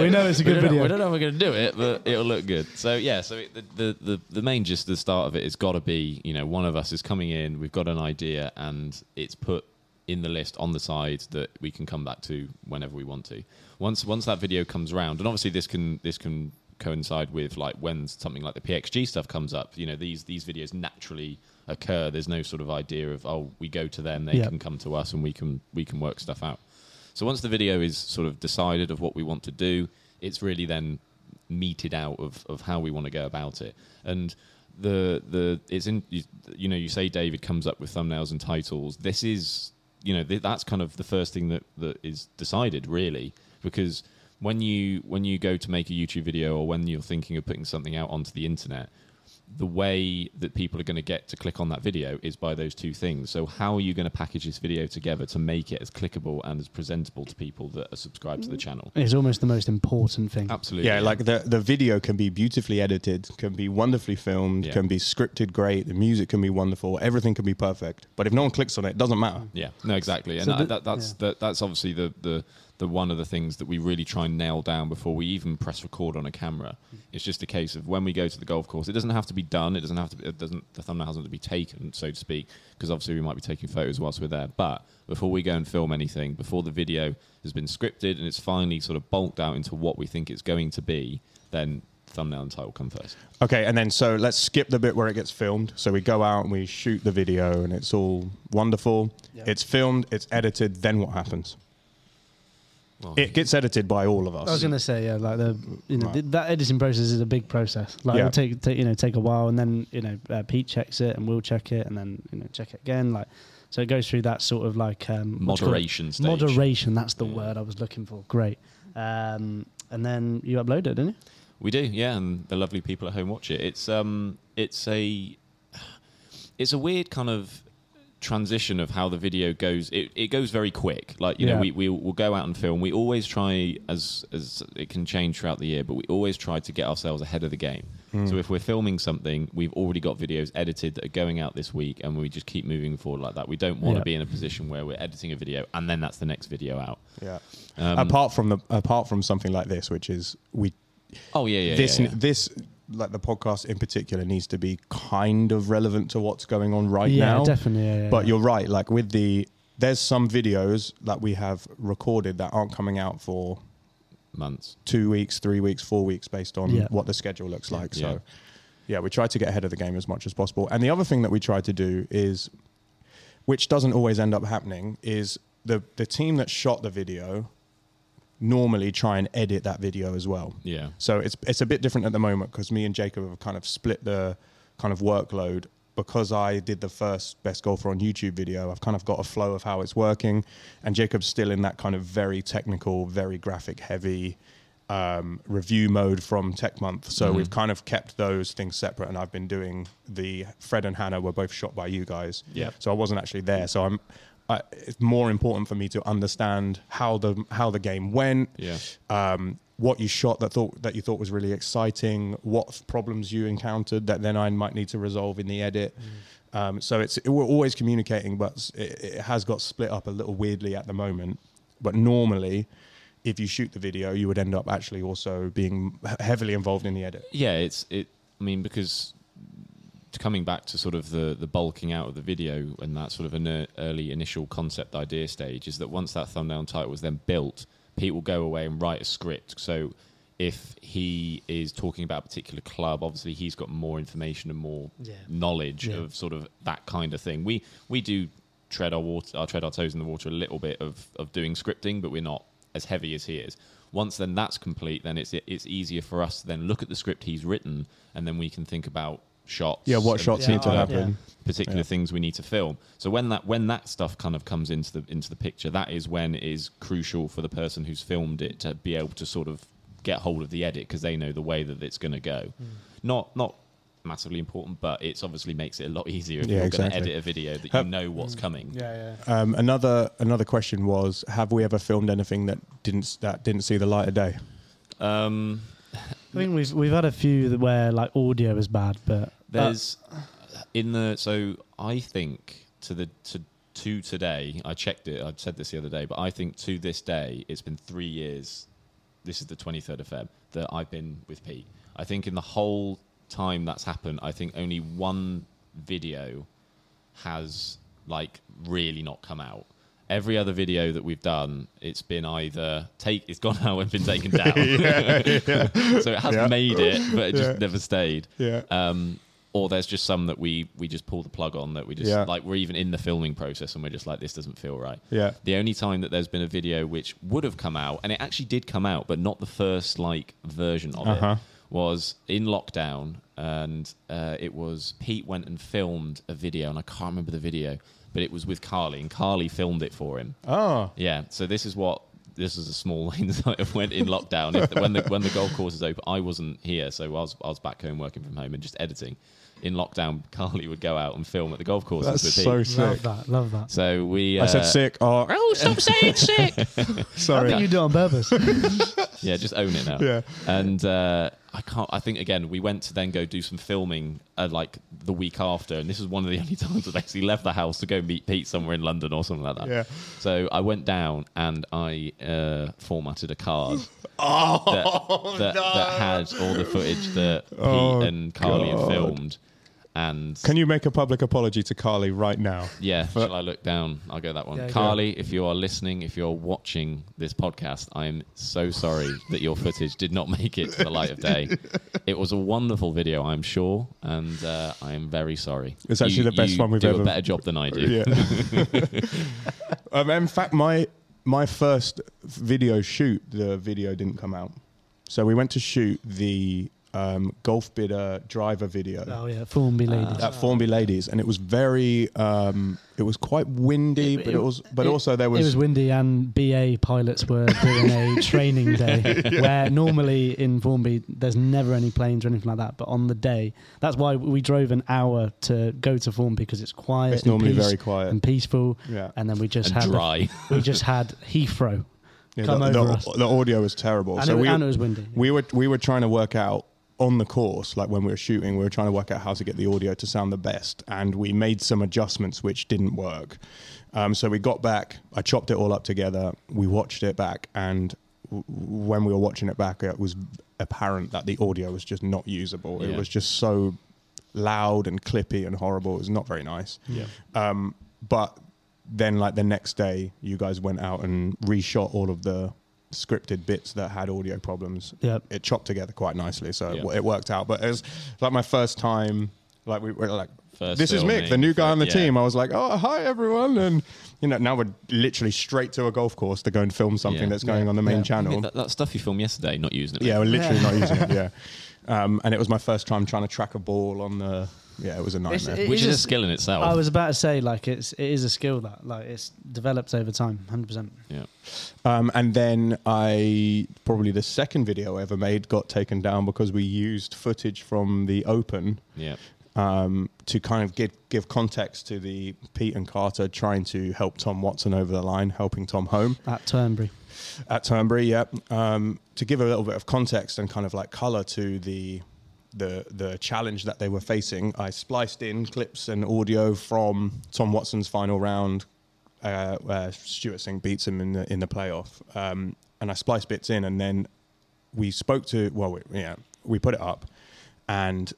we know it's a
We
good
don't, know,
video.
we don't know if we're going to do it, but it'll look good. So yeah, so it, the, the the the main just the start of it has got to be you know one of us is coming in, we've got an idea, and it's put in the list on the side that we can come back to whenever we want to. Once once that video comes round, and obviously this can this can coincide with like when something like the PXG stuff comes up. You know these these videos naturally occur. There's no sort of idea of oh we go to them, they
Yeah.
can come to us, and we can we can work stuff out. So once the video is sort of decided of what we want to do, it's really then meted out of, of how we want to go about it. And the the it's in you, you know you say David comes up with thumbnails and titles. This is you know th- that's kind of the first thing that that is decided really because when you when you go to make a YouTube video or when you're thinking of putting something out onto the internet, the way that people are going to get to click on that video is by those two things. So, how are you going to package this video together to make it as clickable and as presentable to people that are subscribed to the channel?
It's almost the most important thing.
Absolutely.
Yeah, like the, the video can be beautifully edited, can be wonderfully filmed,
Yeah.
can be scripted great, the music can be wonderful, everything can be perfect. But if no one clicks on it, it doesn't matter.
Yeah, no, exactly, and
So
I-
the-
that, that's that, that's obviously the, the the one of the things that we really try and nail down before we even press record on a camera.
Mm.
It's just a case of when we go to the golf course. It doesn't have to be done. It doesn't have to. Be, it doesn't. The thumbnail hasn't to be taken, so to speak, because obviously we might be taking photos whilst we're there. But before we go and film anything, before the video has been scripted and it's finally sort of bulked out into what we think it's going to be, then thumbnail and title come first.
Okay, and then so let's skip the bit where it gets filmed. So we go out and we shoot the video and it's all wonderful. It's filmed, it's edited, then what happens? It gets edited by all of us.
I was going to say, yeah, like the you know
Right.
th- that editing process is a big process. Like
Yeah.
it'll take, take you know take a while, and then you know uh, Pete checks it, and we'll check it, and then you know check it again. Like So it goes through that sort of like um, what's it called?
Moderation stage.
Moderation. That's the word I was looking for. Great. Um, and then you upload it, didn't you?
We do, yeah, and the lovely people at home watch it. It's um, it's a, it's a weird kind of transition of how the video goes. It, it goes very quick. Like you know,
Yeah.
we we will go out and film. We always try as as it can change throughout the year, but we always try to get ourselves ahead of the game.
Hmm.
So if we're filming something, we've already got videos edited that are going out this week, and we just keep moving forward like that. We don't want to
Yeah.
be in a position where we're editing a video and then that's the next video out.
Yeah.
Um,
apart from the apart from something like this, which is we
Oh yeah, yeah.
this
yeah, yeah.
this like the podcast in particular needs to be kind of relevant to what's going on right
Yeah,
now.
definitely, yeah, yeah,
but
yeah.
you're right. Like with the there's some videos that we have recorded that aren't coming out for
months.
two weeks, three weeks, four weeks, based on
Yeah.
what the schedule looks like.
Yeah.
So, yeah, we try to get ahead of the game as much as possible. And the other thing that we try to do is, which doesn't always end up happening, is the the team that shot the video normally try and edit that video as well.
Yeah.
So it's it's a bit different at the moment because me and Jacob have kind of split the kind of workload because I did the first best golfer on YouTube video. I've kind of got a flow of how it's working, and Jacob's still in that kind of very technical, very graphic heavy um, review mode from Tech Month. So we've kind of kept those things separate, and I've been doing the Fred and Hannah were both shot by you guys.
Yeah.
So I wasn't actually there. So I'm. I, it's more important for me to understand how the how the game went,
Yeah.
um, what you shot that thought that you thought was really exciting, what f- problems you encountered that then I might need to resolve in the edit. Um, so it's we're always communicating, but s- it, it has got split up a little weirdly at the moment. But normally, if you shoot the video, you would end up actually also being he- heavily involved in the edit.
yeah, it's it. I mean, because coming back to sort of the the bulking out of the video and that sort of an early initial concept idea stage is that once that thumbnail and title was then built, Pete will go away and write a script. So if he is talking about a particular club, obviously he's got more information and more
Yeah.
knowledge
Yeah.
of sort of that kind of thing. We we do tread our water, our tread our toes in the water a little bit of of doing scripting, but we're not as heavy as he is. Once then that's complete, then it's it's easier for us to then look at the script he's written, and then we can think about shots.
Yeah, what
and
shots
Yeah,
need to
I-
happen.
yeah.
particular things we need to film. So when that when that stuff kind of comes into the into the picture, that is when it is crucial for the person who's filmed it to be able to sort of get hold of the edit because they know the way that it's going to go. Not not massively important, but it's obviously makes it a lot [laughs] easier if
Yeah,
you're going
exactly.
to edit a video that
Have-
you know what's coming.
Yeah, yeah.
Um, another another question was: Have we ever filmed anything that didn't s- that didn't see the light of day?
Um,
I think we've we've had a few that where like audio is bad, but
There's in the so I think to the to to today I checked it. I said this the other day, but I think to this day it's been three years. This is the 23rd of Feb that I've been with Pete. I think in the whole time that's happened, I think only one video has like really not come out. Every other video that we've done, it's been either take it's gone [laughs] out and been
[laughs]
taken down. [laughs] so it has
Yeah.
made it, but it just
Yeah.
never stayed
Yeah.
um, or there's just some that we we just pull the plug on that we just
Yeah.
like we're even in the filming process and we're just like this doesn't feel right.
Yeah.
The only time that there's been a video which would have come out and it actually did come out, but not the first like version of
Uh-huh.
it was in lockdown and uh, it was Pete went and filmed a video and I can't remember the video, but it was with Carly and Carly filmed it for him.
Oh,
Yeah. So this is what this is a small [laughs] insight of when in lockdown. If, when the when the golf course is open, I wasn't here, so I was I was back home working from home and just editing. In lockdown, [laughs] Carly would go out and film at the golf course.
that's so sick.
love that, love that.
So we. Uh,
I said sick. Oh,
Oh, stop saying sick. I
[laughs] sorry.
think you do it on
[laughs]
purpose.
Yeah, just own it now.
Yeah.
And uh, I can't. I think again, we went to then go do some filming uh, like the week after, and this is one of the [laughs] only times I've actually left the house to go meet Pete somewhere in London or something like that.
Yeah.
So I went down and I uh, formatted a
[laughs]
card.
Oh,
that, that, that had all the footage that Pete and Carly had filmed. And
Oh, Can you make a public apology to Carly right now?
yeah, shall I look down? I'll go that one.
Yeah, go.
Carly, if you are listening, if you're watching this podcast, I am so sorry that your footage did not make it to the light of
[laughs]
day. It was a wonderful video, I'm sure, and uh, I am very sorry.
It's actually the best
you
one we've
do
ever-
a better job than I do. [laughs]
Yeah. [laughs] um, in fact, my my first video shoot, the video didn't come out. So we went to shoot the um, golf bidder driver video.
Oh, yeah, Formby Ladies.
At Formby Ladies, and it was very, um, it was quite windy, but it was, but also there
it was windy and BA pilots were doing
[laughs]
a training day
Yeah.
where normally in Formby there's never any planes or anything like that. But on the day, that's why we drove an hour to go to Formby because it's quiet.
It's
and
normally
peace
very quiet.
and peaceful.
Yeah.
and then we just
And
had the-
dry.
we just had Heathrow
[laughs] Yeah,
come
the,
over
the,
us.
the audio was terrible.
And
so
it was-
we,
and it was windy.
We were we were trying to work out on the course, like when we were shooting, we were trying to work out how to get the audio to sound the best, and we made some adjustments which didn't work. Um, so we got back, I chopped it all up together, we watched it back, and w- when we were watching it back, it was apparent that the audio was just not usable. It
Yeah.
was just so loud and clippy and horrible. It was not very nice.
Yeah.
Um, but then, like the next day, you guys went out and reshot all of the scripted bits that had audio problems.
Yep.
It chopped together quite nicely, so
Yeah.
it, it worked out. But it was like my first time. Like we were like,
First
this is Mick,
filming,
the new guy
fir-
on the
yeah.
team. I was like, oh hi everyone, and you know now we're literally straight to a golf course to go and film something
Yeah.
that's going on the main
Yeah.
channel.
That, that stuff you filmed yesterday, not using it.
Yeah, we're literally not using
[laughs]
it. Yeah, um, and it was my first time trying to track a ball on the. Yeah, it was a
It's-
nightmare.
it
which is a
just-
skill in itself.
I was about to say like it's it is a skill that like it's developed over time, hundred percent.
yeah.
Um, and then I probably the second video I ever made got taken down because we used footage from the Open
Yeah.
um, to kind of give give context to the Pete and Carter trying to help Tom Watson over the line, helping Tom home
At Turnberry,
at Turnberry. Yeah, um, to give a little bit of context and kind of like color to the the the challenge that they were facing, I spliced in clips and audio from Tom Watson's final round, uh, where Stuart Singh beats him in the in the playoff, um, and I spliced bits in, and then we spoke to well, we, yeah, we put it up, and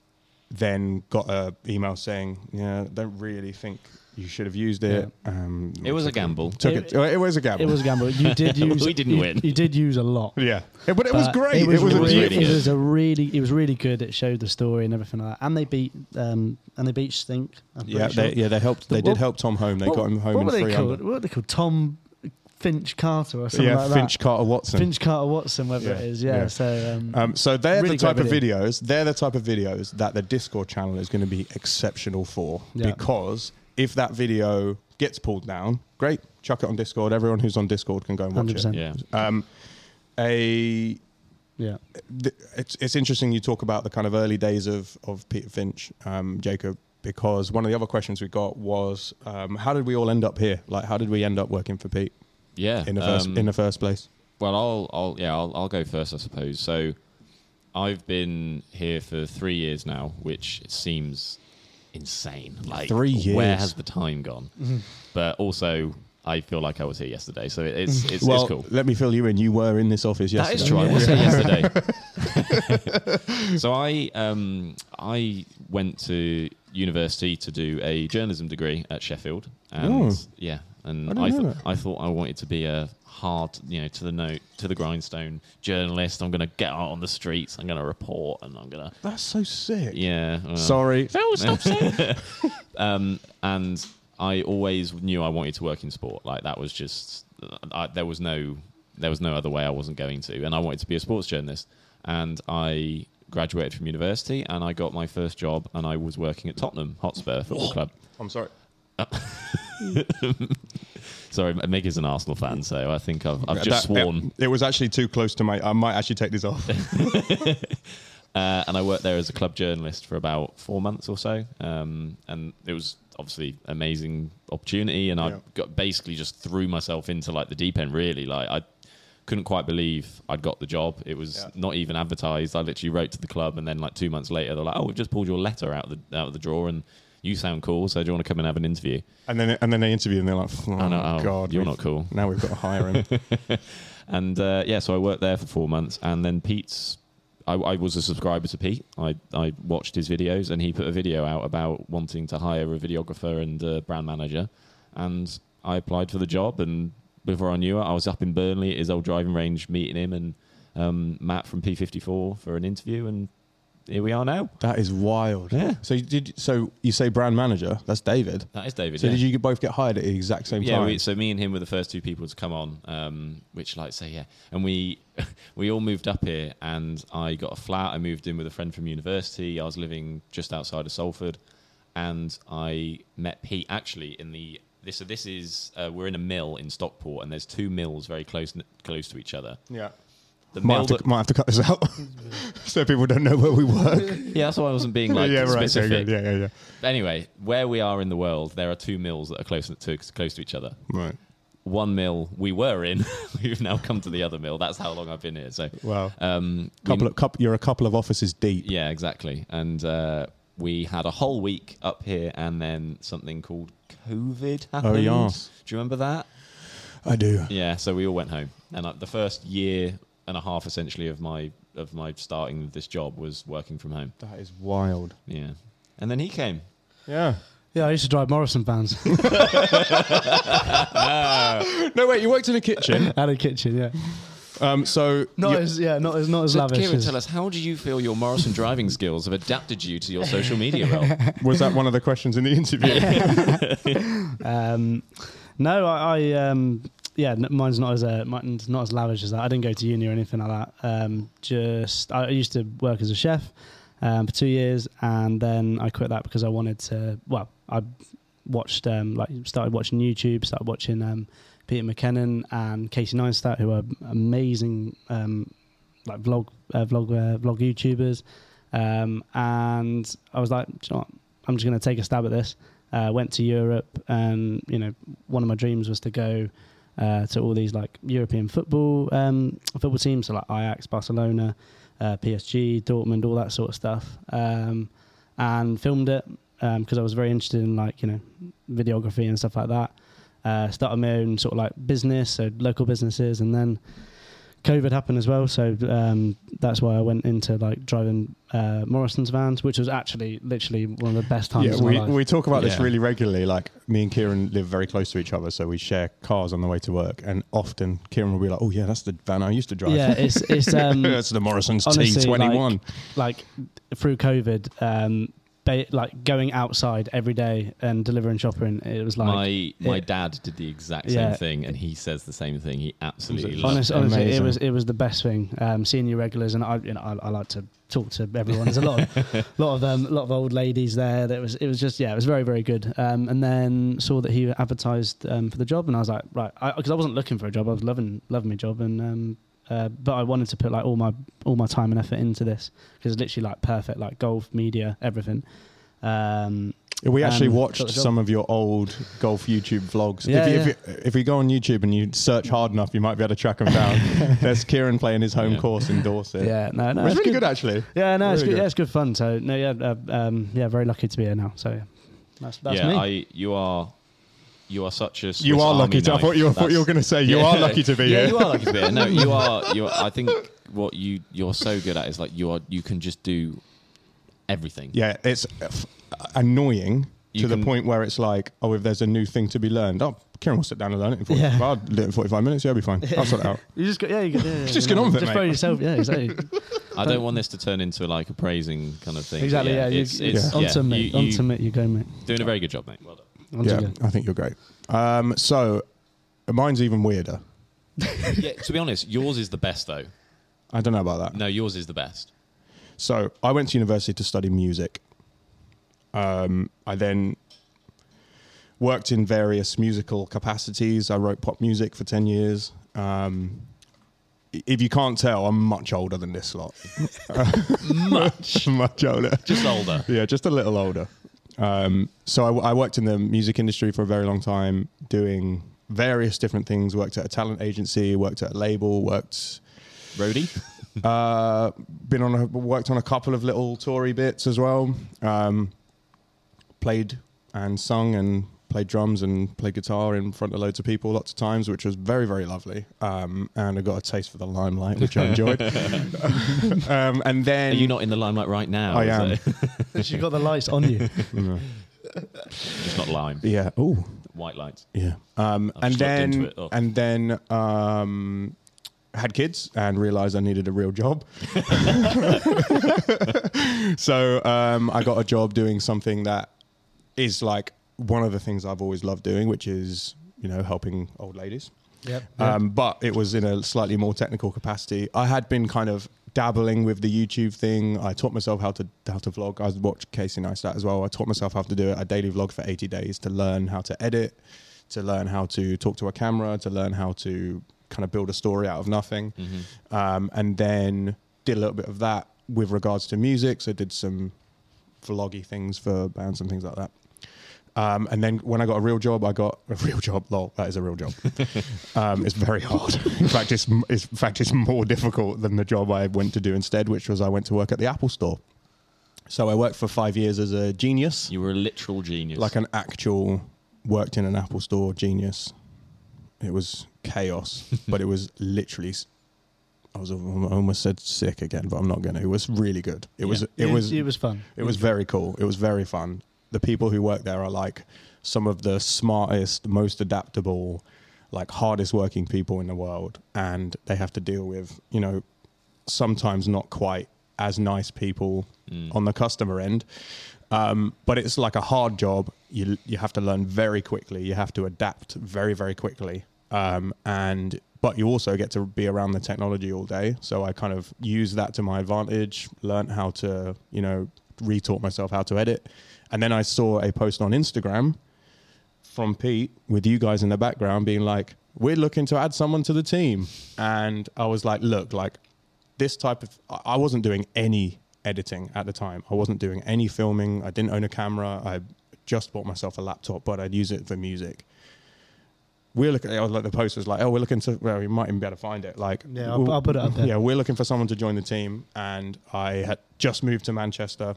then got a email saying, yeah, don't really think you should have used it. Um,
It was a gamble.
Took
It-
it, it was a gamble.
it was a gamble. You did
[laughs]
use.
We didn't
you-
win.
You did use a lot.
Yeah. Yeah, but it was
But
great. It was, a
really,
beautiful.
it was a really, it was really good. It showed the story and everything like that. And they beat, um, and they beat Stink. I'm pretty
Yeah,
sure.
they, yeah, they helped. They
What-
did help Tom home. They
What-
got him home
What
in
were they
three
called?
under.
What were they called? Tom Finch Carter or something
yeah,
like
Finch
that.
Carter Watson.
Finch Carter Watson, whether
Yeah,
it is. Yeah.
yeah.
So um,
Um, so they're
Really
the type
great
of
video.
videos. They're the type of videos that the Discord channel is going to be exceptional for
Yeah.
because if that video gets pulled down, great, chuck it on Discord. Everyone who's on Discord can go and watch
100%.
it.
Yeah.
Um, a
yeah.
th- it's it's interesting you talk about the kind of early days of of Peter Finch, um, Jacob, because one of the other questions we got was um, how did we all end up here? Like, how did we end up working for Pete
Yeah.
in the first
um,
in the first place?
Well, I'll, I'll yeah, I'll, I'll go first, I suppose. So, I've been here for three years now, which seems insane. Like
Three
Where
years. Mm-hmm.
has the time gone? But also, I feel like I was here yesterday, so it- it's it's,
well,
it's cool.
let me fill you in. You were in this office yesterday.
That is true. I was here
[laughs]
yesterday. [laughs] so I um, I went to university to do a journalism degree at Sheffield, and
Oh.
yeah, and
I
I,
didn't know
thought
that.
I thought I wanted to be a hard, you know, to the note, to the grindstone journalist. I'm going to get out on the streets. I'm going to report, and I'm going to
That's so sick.
yeah. uh, well.
Sorry. [laughs]
No, stop saying. [laughs] um, and I always knew I wanted to work in sport. Like that was just uh, I, there was no there was no other way I wasn't going to, and I wanted to be a sports journalist. And I graduated from university, and I got my first job, and I was working at Tottenham Hotspur Football Club.
I'm sorry.
Sorry, Meg is an Arsenal fan, so I think I've, I've just
That-
sworn.
It, it was actually too close to my. I might actually take this
[laughs]
off.
uh, and I worked there as a club journalist for about four months or so, um, and it was obviously amazing opportunity, and I
Yeah.
got basically just threw myself into like the deep end. Really, like I couldn't quite believe I'd got the job. It was
Yeah.
not even advertised. I literally wrote to the club, and then like two months later, they're like, "Oh, we've just pulled your letter out of the out of the drawer, and you sound cool, so do you want to come and have an interview?"
and then and then they interviewed and they're like, oh,
I know, oh,
God,
you're
we've-
not cool.
Now we've got to hire
[laughs]
him.
And uh, yeah, so I worked there for four months, and then Pete's. I, I was a subscriber to Pete. I, I watched his videos, and he put a video out about wanting to hire a videographer and a brand manager. And I applied for the job, and before I knew it, I was up in Burnley at his old driving range meeting him and um, Matt from P54 for an interview, and here we are now.
That is wild. Yeah. So you did. So you say brand manager? That's David.
That is David,
So
yeah.
did you both get hired at the exact same
yeah,
time?
we, so me and him were the first two people to come on, um, which like say yeah, and we [laughs] we all moved up here, and I got a flat. I moved in with a friend from university. I was living just outside of Salford, and I met Pete actually in the this. So this is uh, we're in a mill in Stockport, and there's two mills very close close to each other.
Yeah.
The
might,
mill
have to,
that-
might have to cut this out [laughs] so people don't know where we [laughs] work.
yeah, that's why I
[laughs]
wasn't being like
yeah, right. okay,
specific.
good. Yeah, yeah, yeah.
Anyway, where we are in the world, there are two mills that are close to close to each other.
Right.
one mill we were in. [laughs] We've now come to the other mill. That's how long I've been here. So,
Wow.
um, we-
Couple of, couple, you're a couple of offices deep.
yeah, exactly. And uh, we had a whole week up here, and then something called COVID happened.
Oh, yes.
Do you remember that?
I do.
Yeah. So we all went home, and uh, the first year and a half essentially of my of my starting this job was working from home.
That is wild.
Yeah. And then he came.
Yeah.
Yeah, I used to drive Morrison vans. [laughs]
No, wait. You worked in a kitchen.
Out of kitchen, yeah.
[laughs] Um. So
Not
you-
as yeah, not as not as
So
lavish.
Kieran,
as-
tell us how do you feel your Morrison driving skills have adapted you to your social media role?
was that one of the questions in the [laughs] interview?
Um, no, I, I um, yeah, n- mine's not as uh, mine's not as lavish as that. I didn't go to uni or anything like that. Um, just I used to work as a chef um, for two years, and then I quit that because I wanted to. Well, I watched um, like started watching YouTube, started watching um, Peter McKinnon and Casey Neistat, who are amazing um, like vlog uh, vlog uh, vlog YouTubers. Um, and I was like, "Do you know what? I'm just going to take a stab at this. Uh, went to Europe, and you know, one of my dreams was to go uh, to all these like European football um, football teams, so like Ajax, Barcelona, uh, PSG, Dortmund, all that sort of stuff, um, and filmed it because I was very interested in like you know videography and stuff like that. Uh, started my own sort of like business, so local businesses, and then COVID happened as well, so um, that's why I went into like driving uh, Morrison's vans, which was actually literally one of the best times.
Yeah,
of
we,
my life.
we talk about this
Yeah.
really regularly. Like me and Kieran live very close to each other, so we share cars on the way to work, and often Kieran will be like, "Oh yeah, that's the van I used to drive."
Yeah, it's
[laughs]
it's um,
that's the Morrison's T
honestly,
twenty one.
Like, like through COVID, um, ba- like going outside every day and delivering shopping, it was like
my my
it-
dad did the exact
Yeah.
same thing, and he says the same thing. He absolutely
Honest-
loves.
Honest, honestly, it
Amazing.
was it was the best thing. Um, seeing you regulars, and I, you know, I, I like to talk to everyone. There's a lot, of, lot of um, lot of old ladies there. That was it was just yeah, it was very very good. Um, and then saw that he advertised um, for the job, and I was like, right, because I, wasn't looking for a job. I was loving loving my job, and um, uh, but I wanted to put like all my all my time and effort into this because it's literally like perfect, like golf, media, everything. Um,
We actually
Um, got
watched
the job.
some of your old golf YouTube vlogs.
Yeah,
if, you,
yeah.
If, you, if you go on YouTube and you search hard enough, you might be able to track them
[laughs]
down. There's Kieran playing his home
Yeah.
course in Dorset.
yeah, no, no,
It was
it's
really good, actually.
Yeah, no, it's
Really
good.
good.
Yeah, it's good fun. So no, yeah, uh, um, yeah, very lucky to be here now. So yeah, that's that's
yeah,
me.
I you are you are such a Swiss
You are
Army
lucky. To, I
knife.
thought you, I thought you were
That's-
going to say you are lucky to be
[laughs] yeah,
here.
you are lucky to be
[laughs]
here. No, you are. You are, I think what you you're so good at is like you are. You can just do everything.
Yeah, it's f- annoying
You
to
can-
the point where it's like, oh, if there's a new thing to be learned, oh, Kieran will sit down and learn it in 45,
Yeah.
I'll do it in 45 minutes. Yeah, it'll be fine. I'll sort it
[laughs]
out.
you just got yeah, you got, yeah, yeah,
Just
you
get on with it,
Just throw
mate.
yourself. Yeah,
[laughs]
exactly.
I don't want this to turn into like a praising kind of thing.
exactly.
but
Yeah, you-
it's, it's,
yeah.
yeah,
onto me.
you- you
onto me. You go, mate.
Doing a very good job, mate. Well done.
Onto
Yeah, [laughs]
you.
I think you're great. Um, so mine's even weirder.
Yeah, to be honest, yours is the best though.
I don't know about that.
No, yours is the best.
So I went to university to study music. Um, I then worked in various musical capacities. I wrote pop music for 10 years. Um, i- if you can't tell, I'm much older than this lot. much. [laughs] much older.
Just older.
[laughs] Yeah, just a little older. Um, so I, I worked in the music industry for a very long time, doing various different things. Worked at a talent agency, worked at a label, worked
Roadie.
[laughs] uh, been on a, worked on a couple of little Tory bits as well. Um, played and sung and played drums and played guitar in front of loads of people lots of times, which was very very lovely. Um, and I got a taste for the limelight, which I
[laughs]
enjoyed. [laughs] um, and
Are
then
you not in the limelight right now?
I
Is
am.
it?
You got the lights
[laughs]
on you.
Just not lime.
yeah. Oh,
White lights.
Yeah. Um,
I've
and
just looked
then
into it. Oh.
and then um, had kids and realized I needed a real job. [laughs] so um, I got a job doing something that is like one of the things I've always loved doing, which is you know helping old ladies.
Yep.
Um, but it was in a slightly more technical capacity. I had been kind of dabbling with the YouTube thing. I taught myself how to how to vlog. I watched Casey Neistat as well. I taught myself how to do it. I daily vlogged for 80 days to learn how to edit, to learn how to talk to a camera, to learn how to kind of build a story out of nothing. Um, and then did a little bit of that with regards to music. So did some vloggy things for bands and things like that. Um, and then when I got a real job, I got a real job. Lol, that is a real job. um, it's very hard. In fact, it's, it's in fact it's more difficult than the job I went to do instead, which was I went to work at the Apple Store. So I worked for five years as a genius,
You were a literal genius.
like an actual worked in an Apple Store genius. It was chaos, but it was literally. s- I was al- I almost said sick again, but I'm not going to. It was really good. It was. It was.
it was fun.
It was very cool. It was very fun. The people who work there are like some of the smartest, most adaptable, like hardest working people in the world. And they have to deal with, you know, sometimes not quite as nice people on the customer end. Um, but it's like a hard job. You, you have to learn very quickly. You have to adapt very, very quickly. Um, and but you also get to be around the technology all day. So I kind of used that to my advantage, learnt how to, you know, retaught myself how to edit. And then I saw a post on Instagram from Pete with you guys in the background being like, we're looking to add someone to the team. And I was like, look, like this type of, I- I wasn't doing any editing at the time. I wasn't doing any filming. I didn't own a camera. I just bought myself a laptop, but I'd use it for music. We're looking, I was like, the post was like, oh, we're looking to, well, you might even be able to find it. Like,
Yeah, I'll- I'll put it up there.
Yeah, we're looking for someone to join the team. And I had just moved to Manchester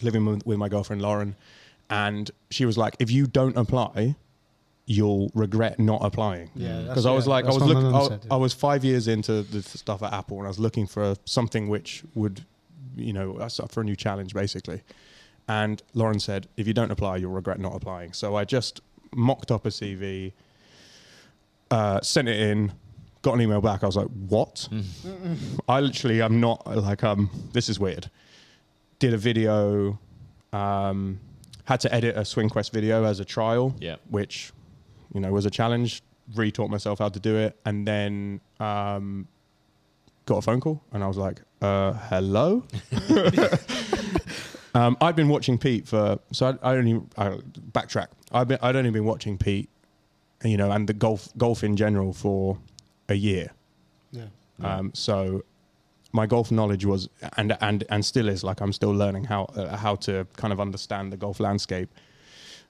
living with, with my girlfriend Lauren, and she was like, "If you don't apply, you'll regret not applying."
Yeah, that's-
because I was
yeah,
like, I
that's
was
what my
looking,
mum
I,
said, yeah.
I was five years into the th- stuff at Apple, and I was looking for something which would, you know, us- for a new challenge basically. And Lauren said, "If you don't apply, you'll regret not applying." So I just mocked up a CV, uh, sent it in. Got an email back. I was like, "What?
Mm-hmm.
I literally, I'm not like, um, this is weird." did a video, um, had to edit a Swing Quest video as a trial,
Yeah.
which, you know, was a challenge. Retaught myself how to do it, and then um, got a phone call, and I was like, uh, "Hello." [laughs] um, I'd been watching Pete for so I, I only I, backtrack. I've been I'd only been watching Pete, you know, and the golf golf in general for a year.
Yeah.
Um, so my golf knowledge was and and and still is like I'm still learning how uh, how to kind of understand the golf landscape.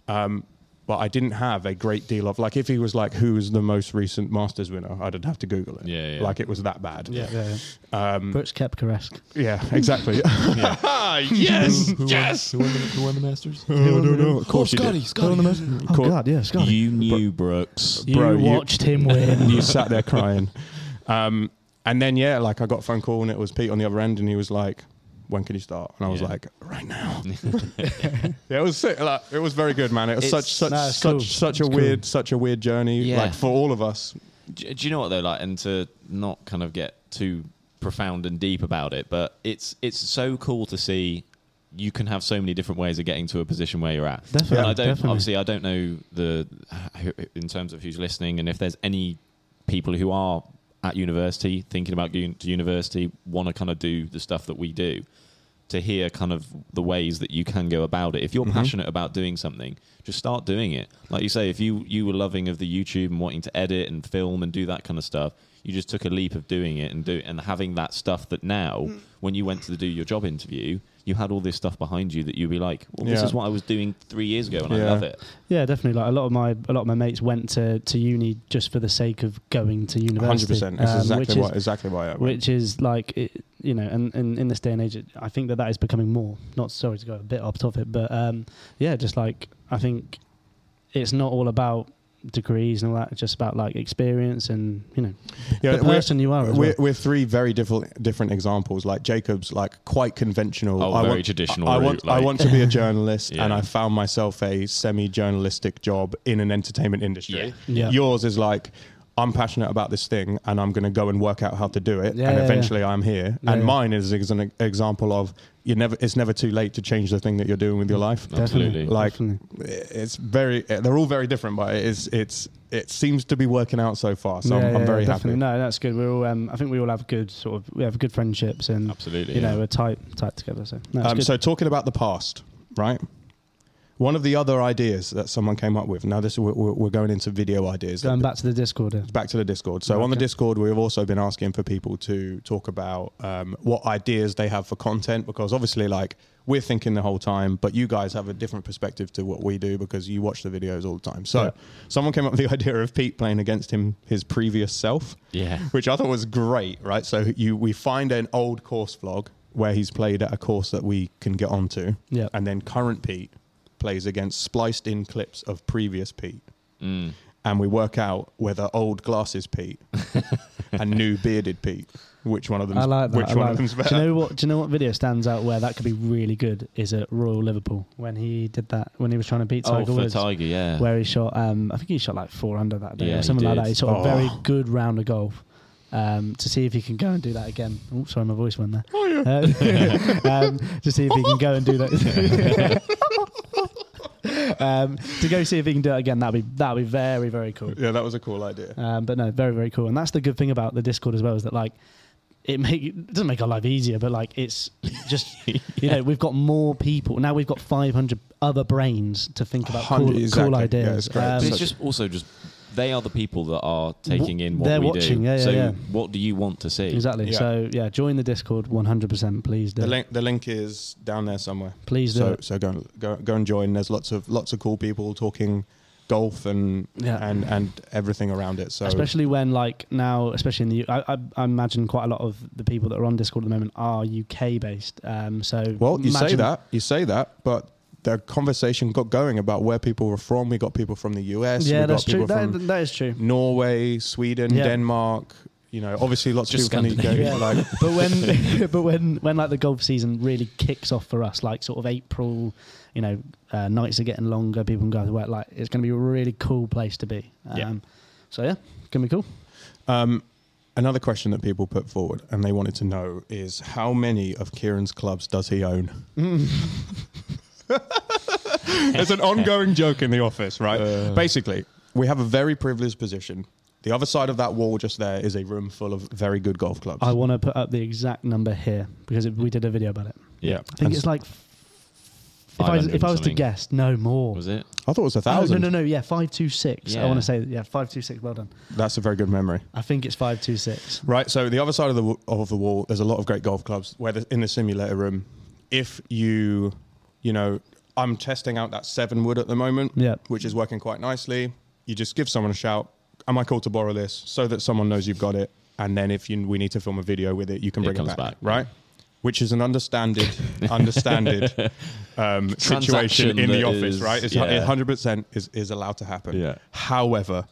Um, but I didn't have a great deal of like if he was like who is the most recent Masters winner, I'd have to Google it.
Yeah, yeah.
like it was that bad.
Yeah. yeah, yeah. Um, Brooks Kepkaresk.
yeah, exactly.
yes, yes.
Who won the, who won the Masters?
[laughs] I don't know. Of
oh,
course you did.
Scotty, Scotty.
Oh
Cool.
God, yeah, Scotty.
You knew Brooks.
You,
Bro, you- [laughs]
watched him win.
you sat there crying. Um, and then yeah, like I got a phone call and it was Pete on the other end, and he was like, "When can you start?" And I was
Yeah.
like, "Right now." [laughs]
[laughs]
yeah, it was sick. Like, it was very good, man. It was
It's-
such such
no, it's
such
cool.
such a
It's cool.
weird such a weird journey.
Yeah.
Like for all of us,
Do, do you know what though? Like, and to not kind of get too profound and deep about it, but it's it's so cool to see. You can have so many different ways of getting to a position where you're at.
Definitely,
And I don't
definitely.
obviously I don't know the in terms of who's listening and if there's any people who are at university thinking about going to university want to kind of do the stuff that we do to hear kind of the ways that you can go about it. If
Mm-hmm.
you're passionate about doing something, just start doing it. Like you say, if you you were loving of the YouTube and wanting to edit and film and do that kind of stuff, you just took a leap of doing it and do and having that stuff that now when you went to do your job interview, you had all this stuff behind you that you'd be like, well, this
Yeah.
is what I was doing three years ago and I
Yeah.
love it.
[laughs] yeah, definitely. Like a lot of my a lot of my mates went to, to uni just for the sake of going to
hundred
university.
percent. That's
um, which
exactly
is-
what exactly why. I went.
which is like it, you know and, and in this day and age it, i think that that is becoming more not sorry to go a bit off topic but um yeah just like i think it's not all about degrees and all that it's just about like experience and you know the
we're-
person you are as
We're,
well.
we're three very different different examples. Like Jacob's, like quite conventional.
Oh, very traditional
I, I
route,
want I
like-
want to
[laughs]
be a journalist,
Yeah.
and I found myself a semi journalistic job in an entertainment industry.
Yeah.
Yeah.
Yours is like. I'm passionate about this thing and I'm going to go and work out how to do it.
Yeah,
and
yeah, yeah.
eventually I'm here.
Yeah,
and
yeah.
mine is, is an e- example of you never. it's never too late to change the thing that you're doing with your life.
Absolutely.
Like it's very, they're all very different, but it is, it's, it seems to be working out so far. So I'm, I'm very happy.
definitely. No, that's good. We're all. Um, I think we all have good sort of. We have good friendships and
Absolutely,
You know,
yeah.
we're tight, tight together. So no, it's
Um,
good.
so talking about the past, right? One of the other ideas that someone came up with. Now this we're, we're we're going into video ideas.
going back to the Discord. yeah.
back to the Discord. So on the Discord, we've also been asking for people to talk about um, what ideas they have for content because obviously, like we're thinking the whole time, but you guys have a different perspective to what we do because you watch the videos all the time. So
Yeah.
someone came up with the [laughs] idea of Pete playing against him his previous self,
Yeah.
which I thought was great. Right, so you we find an old course vlog where he's played at a course that we can get onto,
Yeah.
and then current Pete plays against spliced in clips of previous Pete and we work out whether old glasses
[laughs]
Pete and new bearded Pete, which one of them,
I like that.
which
I
one
like
of
that.
them's better.
Do you know what? Do you know what video stands out where that could be really good? Is at Royal Liverpool when he did that when he was trying to beat
Oh,
Tiger
for
Woods,
Tiger, yeah.
where he shot. Um, I think he shot like four under that day
Yeah, he
or something like
did.
that. He shot
Oh.
a very good round of golf. Um, to see if he can go and do that again. Oh, sorry, my voice went there. Oh, yeah. [laughs] um, to see if he can go and do that. [laughs] um, to go see if he can do it again. That'd be that'd be very very cool.
yeah, that was a cool idea.
Um, but no, very very cool, and that's the good thing about the Discord as well is that like it make it doesn't make our life easier, but like it's just
[laughs]
you know we've got more people now. We've got five hundred other brains to think about cool,
100,
cool
exactly. Yeah, it's
ideas. Um,
great.
But it's
Such-
just also just they are the people that are taking in what
They're
we
watching,
do.
yeah, yeah,
so
yeah.
what do you want to see?
exactly.
Yeah.
So yeah, join the Discord one hundred percent, please. Do.
The
it.
link, the link is down there somewhere.
Please do
So,
it.
so go, and- go, go and join. There's lots of lots of cool people talking golf and
Yeah.
and and everything around it. So
Especially when, like now, especially in the, U- I, I, I imagine quite a lot of the people that are on Discord at the moment are UK based. Um, so
well, you say
imagine-
that, you say that, but. The conversation got going about where people were from. We got people from the US. we
yeah,
got
that's true.
people
That,
from-
that is true.
Norway, Sweden,
Yeah.
Denmark. You know, obviously lots
Just
of people from the UK.
Scandinavia.
Like,
[laughs] but when but when when like the golf season really kicks off for us like sort of april you know uh, nights are getting longer people can go out to work like it's going to be a really cool place to be um,
Yeah.
so yeah can be cool
um, another question that people put forward and they wanted to know is how many of Kieran's clubs does he own? it's an ongoing joke in the office, right? Basically, we have a very privileged position. The other side of that wall just there is a room full of very good golf clubs.
i want to put up the exact number here because it, we did a video about it
yeah.
i think
And
it's like if I, was,
500
if I was to
something.
guess no more
Was it?
I thought it was a
Oh, no
thousand.
no no yeah 526 i
Yeah.
want to say yeah 526 well done
That's a very good memory.
i think it's 526
Right. So the other side of the w- of the wall, there's a lot of great golf clubs. Where the, in the simulator room, if you, you know, I'm testing out that seven wood at the moment,
Yeah.
which is working quite nicely. You just give someone a shout. Am I called to borrow this? So that someone knows you've got it, and then if you we need to film a video with it, you can
It
bring it
comes
back,
back.
right? Which is an
[laughs]
understanded, understanded um, situation
Transaction
in the
that
office,
is-
right? It's
yeah.
100 percent is is allowed to happen.
Yeah.
However,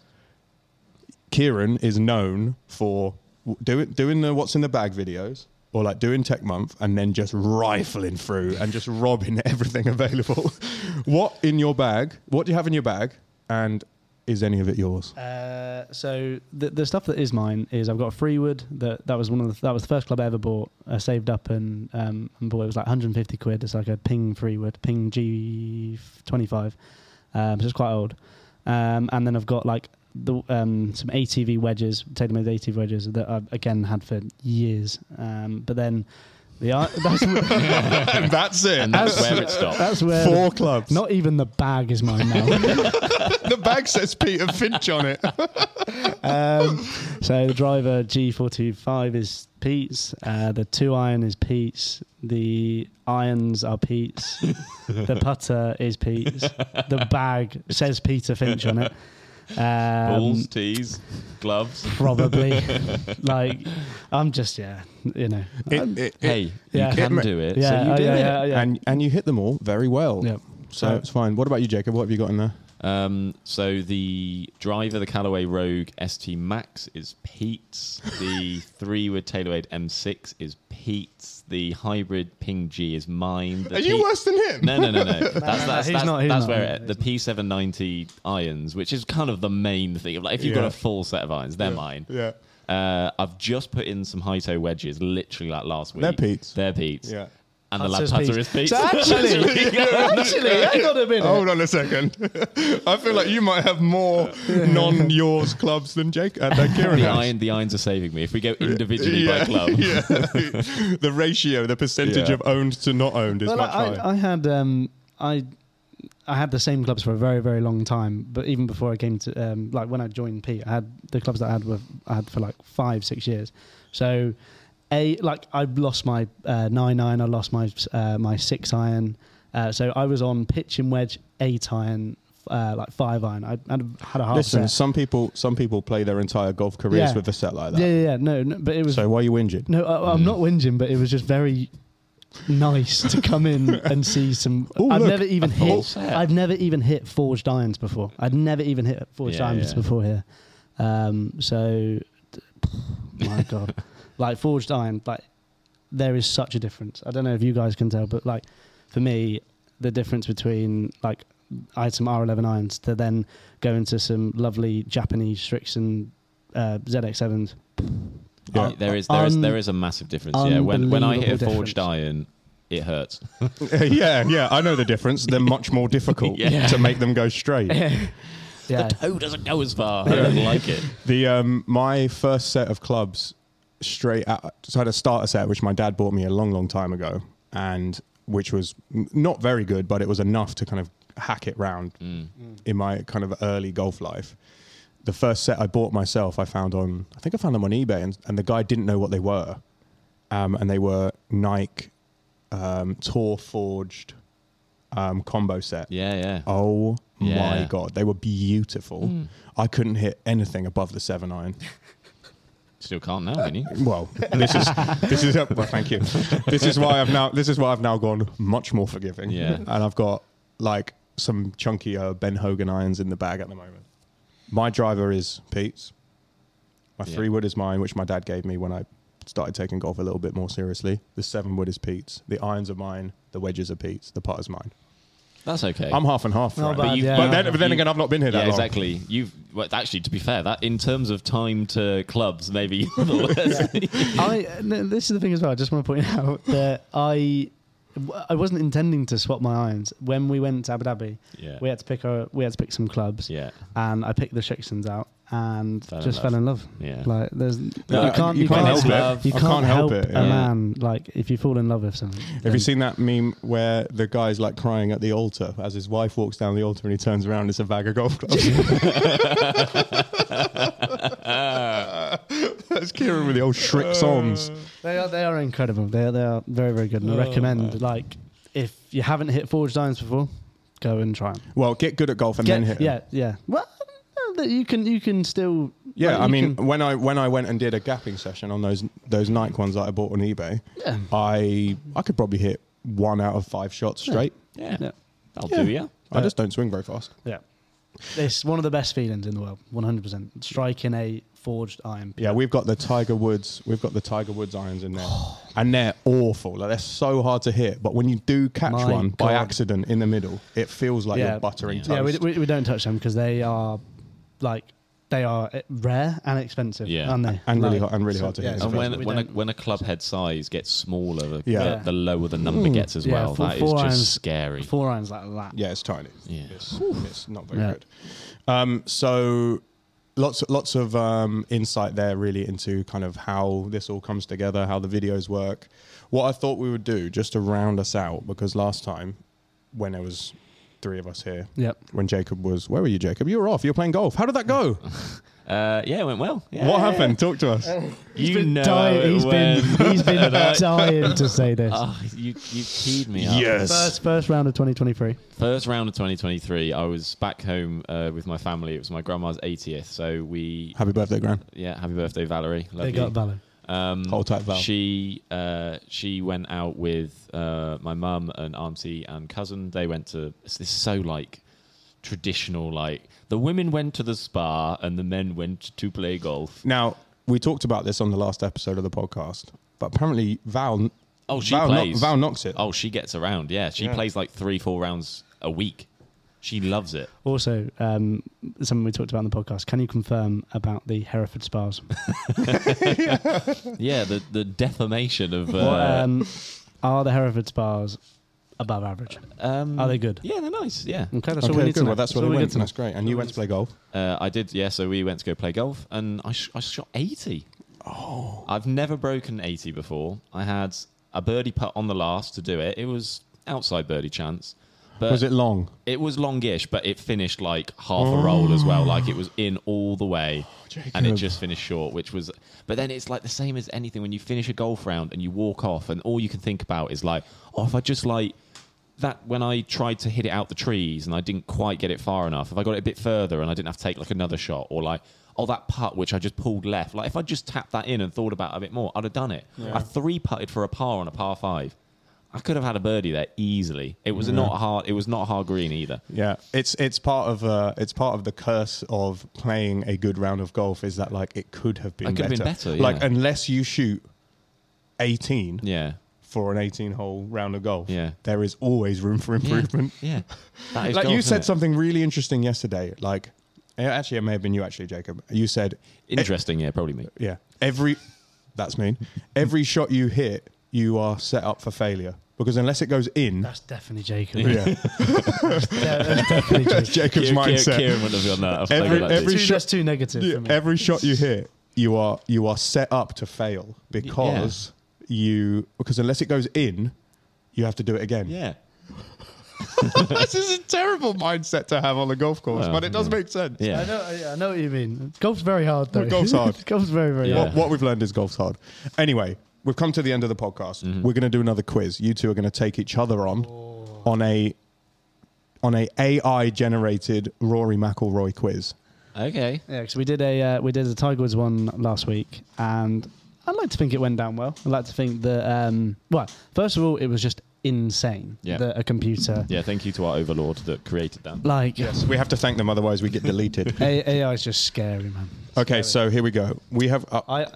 Kieran is known for w- doing doing the what's in the bag videos or like doing tech month and then just rifling through and just robbing [laughs] everything available. [laughs] what in your bag? What do you have in your bag? And is any of it yours?
Uh, so the the stuff that is mine is I've got a Freewood that that was one of the, that was the first club I ever bought. I saved up and um and bought it was like 150 quid. It's like a Ping Freewood, Ping G25. Um, so it's quite old. Um, and then I've got like the um some ATV wedges, tailor-made ATV wedges that I've again had for years. Um, but then the ar- [laughs] that's
and that's it.
And that's where it stopped.
that's where
Four [laughs] clubs.
Not even the bag is mine now.
the bag says Peter Finch on it.
um, so the driver G425 is Pete's. Uh, the two iron is Pete's. The irons are Pete's. the putter is Pete's. The bag says Peter Finch on it. Um,
Balls, tees, gloves.
Probably. like, I'm just, yeah, you know.
It- it-
Hey,
Yeah.
you can
It ma-
do it.
Yeah,
so you
uh,
oh,
do
yeah,
it.
yeah, yeah.
And and you hit them all very well.
Yep.
So it's fine. What about you, Jacob? What have you got in there?
Um, so the driver, the Callaway Rogue ST Max, is Pete's. The three-wood TaylorMade M6 is Pete's. the hybrid ping G is mine. The
Are you worse than him?
No, no, no,
[laughs]
no.
No,
That's
no,
that's
no,
that's,
he's
that's,
not- he's not,
where
no,
it, the P790 irons, which is kind of the main thing. Like if you've got
Yeah.
a full set of irons, they're
Yeah.
mine.
Yeah.
Uh, I've just put in some high toe wedges, literally like last week.
They're Pete's.
They're Pete's.
Yeah.
And the lab
That's
putter
his
is
Pete's.
Pete's.
So
[laughs]
actually-
actually, hang on a minute.
Hold on a second. [laughs] I feel like you might have more non yours clubs than Jake uh, than Kieran
the,
has.
iron, the irons are saving me. If we go individually
Yeah,
by
[laughs]
club,
yeah. the ratio, the percentage
Yeah.
of owned to not owned is
Well,
much
I,
higher.
I, I had um, I I had the same clubs for a very very long time. But even before I came to um, like when I joined Pete, I had the clubs that I had were I had for like five six years. So a like I lost my uh, nine iron, I lost my uh, my six iron. Uh, so I was on pitch and wedge eight iron. Uh, like five iron, I had a, had a half
Listen,
set.
some people some people play their entire golf careers
Yeah.
with a set like that.
Yeah, yeah, yeah. No, no, but it was.
So why are you whinging?
No, I, I'm
Hmm.
not whinging, but it was just very nice to
[laughs]
come in and see some.
Ooh,
I've
look,
never even
a full
hit.
set.
I've never even hit forged irons before. I'd never even hit forged
Yeah,
irons
yeah.
before here. Um, so,
[laughs]
my god, like forged iron, like there is such a difference. I don't know if you guys can tell, but like for me, the difference between like I had some R11 irons to then go into some lovely Japanese Strixon uh, ZX7s.
Yeah,
Un-
there is there is
un-
there is a massive difference. Yeah, when when I hit a
unbelievable
forged iron, it hurts.
[laughs] yeah, yeah, I know the difference. They're much more [laughs] difficult
Yeah.
to make them go straight. [laughs]
[laughs] The toe Oh, doesn't go as far. I don't like it.
The um, my first set of clubs straight out. So I had a starter set which my dad bought me a long, long time ago, and which was n- not very good, but it was enough to kind of hack it round in my kind of early golf life. The first set I bought myself, I found on I think I found them on eBay, and, and the guy didn't know what they were, um, and they were Nike um, Tour Forged um, combo set.
Yeah, yeah.
Oh my
Yeah.
god, they were beautiful.
Mm.
I couldn't hit anything above the seven iron.
Still can't now, can you?
Well, this is this is well, thank you. This is why I've now this is why I've now gone much more forgiving.
Yeah.
and I've got like some chunkier Ben Hogan irons in the bag at the moment. My driver is Pete's. My
Yeah.
three wood is mine, which my dad gave me when I started taking golf a little bit more seriously. The seven wood is Pete's. The irons are mine. The wedges are Pete's. The putter's mine.
That's okay.
I'm half and half. right?
Not bad,
but,
But you've- yeah.
then, but then
You-
again, I've not been here that
yeah,
long.
exactly. You've well, actually, to be fair, that in terms of time to clubs, maybe [laughs] you're the worst.
I no, this is the thing as well. I just want to point [laughs] out that I I wasn't intending to swap my irons when we went to Abu Dhabi.
Yeah.
we had to pick our we had to pick some clubs.
Yeah.
and I picked the Shixons out and
Fell in
just
love.
fell in love.
Yeah.
like there's
No,
you can't you, can't, help,
it.
you
I
can't, help, it. a
yeah.
man like if you fall in love with something.
Have you seen that meme where the guy's like crying at the altar as his wife walks down the altar and he turns around and it's a bag of golf
[laughs]
clubs? [laughs] That's Kieran with the old
Uh,
Shrek songs.
They are they are incredible. They are, they are very very
Oh,
good. And I recommend like if you haven't hit forged irons before, go and try them.
Well, get good at golf and then hit. 'em.
yeah yeah. Well, that you can you can still
Yeah,
like,
I
you
mean,
can-
when I when I went and did a gapping session on those those Nike ones that I bought on eBay,
Yeah.
I I could probably hit one out of five shots straight.
[laughs] yeah.
Yeah.
that'll
Yeah.
do ya.
I just don't swing very fast.
Yeah. It's one of the best feelings in the world, 100%. Striking a forged iron.
Yeah, we've got the Tiger Woods. We've got the Tiger Woods irons in there, and they're awful. Like they're so hard to hit. But when you do catch
My
one by
God.
accident in the middle, it feels like you're buttering
Yeah, we,
toast.
we, we don't touch them because they are like, they are eh, rare and expensive,
Yeah.
aren't they?
And really
Like,
hard- and really hard to hit.
yeah,
And
so
when
we
when a,
don't-
when a club head size gets smaller, the,
Yeah.
the, the lower the number gets as
yeah,
well.
four-
That is
four
just
irons-
scary.
Four irons like that.
yeah, it's tiny.
Yeah.
It's, it's not very
Yeah.
good. Um, so lots lots of um, insight there, really, into kind of how this all comes together, how the videos work. What I thought we would do just to round us out because last time when there was three of us here,
Yep.
when Jacob was, where were you, Jacob? You were off. You were playing golf. How did that go?
Uh, yeah, it went well. Yeah.
What happened? Talk to us.
You
Been
know, how
dying,
it
he's been,
went.
[laughs] he's
[laughs]
been
And I-
dying to say this.
Ah, you you teed me up.
First, first round of 2023.
First round of 2023, I was back home uh, with my family. It was my grandma's 80th, so we
Happy birthday, Gran.
yeah, happy birthday, Valerie. Love
They
you.
got valid.
Um,
Hold tight, Val.
She uh, she went out with uh, my mum and auntie and cousin. They went to this is so like traditional like the women went to the spa and the men went to play golf.
Now, we talked about this on the last episode of the podcast, but apparently Val
Oh, she
Val kno-
plays.
Val knocks it.
Oh, she gets around. Yeah, she
Yeah.
plays like three, four rounds a week. She loves it.
Also, um, something we talked about on the podcast. Can you confirm about the Hereford spas?
Yeah, the the defamation of. Uh,
What, um, are the Hereford spas above average?
um,
Are they good?
Yeah, they're nice.
[laughs]
Yeah.
Okay, that's all we
Okay,
need to
good.
know.
Well, that's where
all
we
we
went.
need to know.
That's great. And you went to play golf.
Uh, I did, yeah. So we went to go play golf, and I, sh- I shot 80. Oh. I've never broken 80 before. I had a birdie putt on the last to do it. It was outside birdie chance. But
Was it long?
It was longish, but it finished like half a roll as well. Like it was in all the way, and it
Oh, Jacob.
just finished short, which was. But then it's like the same as anything when you finish a golf round and you walk off, and all you can think about is like, oh, if I just like that when I tried to hit it out the trees and I didn't quite get it far enough, if I got it a bit further and I didn't have to take like another shot, or like, oh, that putt which I just pulled left, like if I just tapped that in and thought about it a bit more, I'd have done it. I three putted for a par on a par five. I could have had a birdie there easily. It was not hard. It was not a hard green either.
Yeah, it's it's part of uh, it's part of the curse of playing a good round of golf is that like it could have been
It could
better.
have been better,
Like
yeah.
unless you shoot eighteen
Yeah,
for an eighteen-hole round of golf,
Yeah.
there is always room for improvement.
Yeah, That is
like
golf,
you
isn't
said
it?
something really interesting yesterday. Like eh, actually, it may have been you actually, Jacob. You said e-,
Interesting, yeah, probably me.
Yeah. Every that's mean. Every shot you hit, you are set up for failure because unless it goes in,
[laughs] That's definitely Jacob.
yeah,
Yeah, that's definitely Jacob.
[laughs] Jacob's mindset.
Kieran wouldn't have done that. I'll tell you
Every-
that, dude.
every
Too-
shot-
that's too negative
Yeah,
for me.
every shot you hit, you are you are set up to fail because you because unless it goes in, you have to do it again.
yeah,
[laughs] this is a terrible mindset to have on the golf course,
Well,
but it does
yeah.
make sense.
I
yeah.
know, yeah, I know what you mean. Golf's very hard, though.
Golf's hard.
[laughs] Golf's very, very
Yeah.
hard.
What, what we've learned is golf's hard. Anyway, we've come to the end of the podcast.
Mm-hmm.
We're going to do another quiz. You two are going to take each other on
Oh.
on a on a AI generated Rory McIlroy quiz.
Okay.
Yeah, because we did a uh, we did a Tiger Woods one last week, and I'd like to think it went down well. I'd like to think that um, well, first of all, it was just insane
Yeah.
that a computer
Yeah, thank you to our overlord that created that.
like
We have to thank them, otherwise we get
[laughs]
deleted.
A- AI is just scary, man.
okay, so here we go. We have uh,
I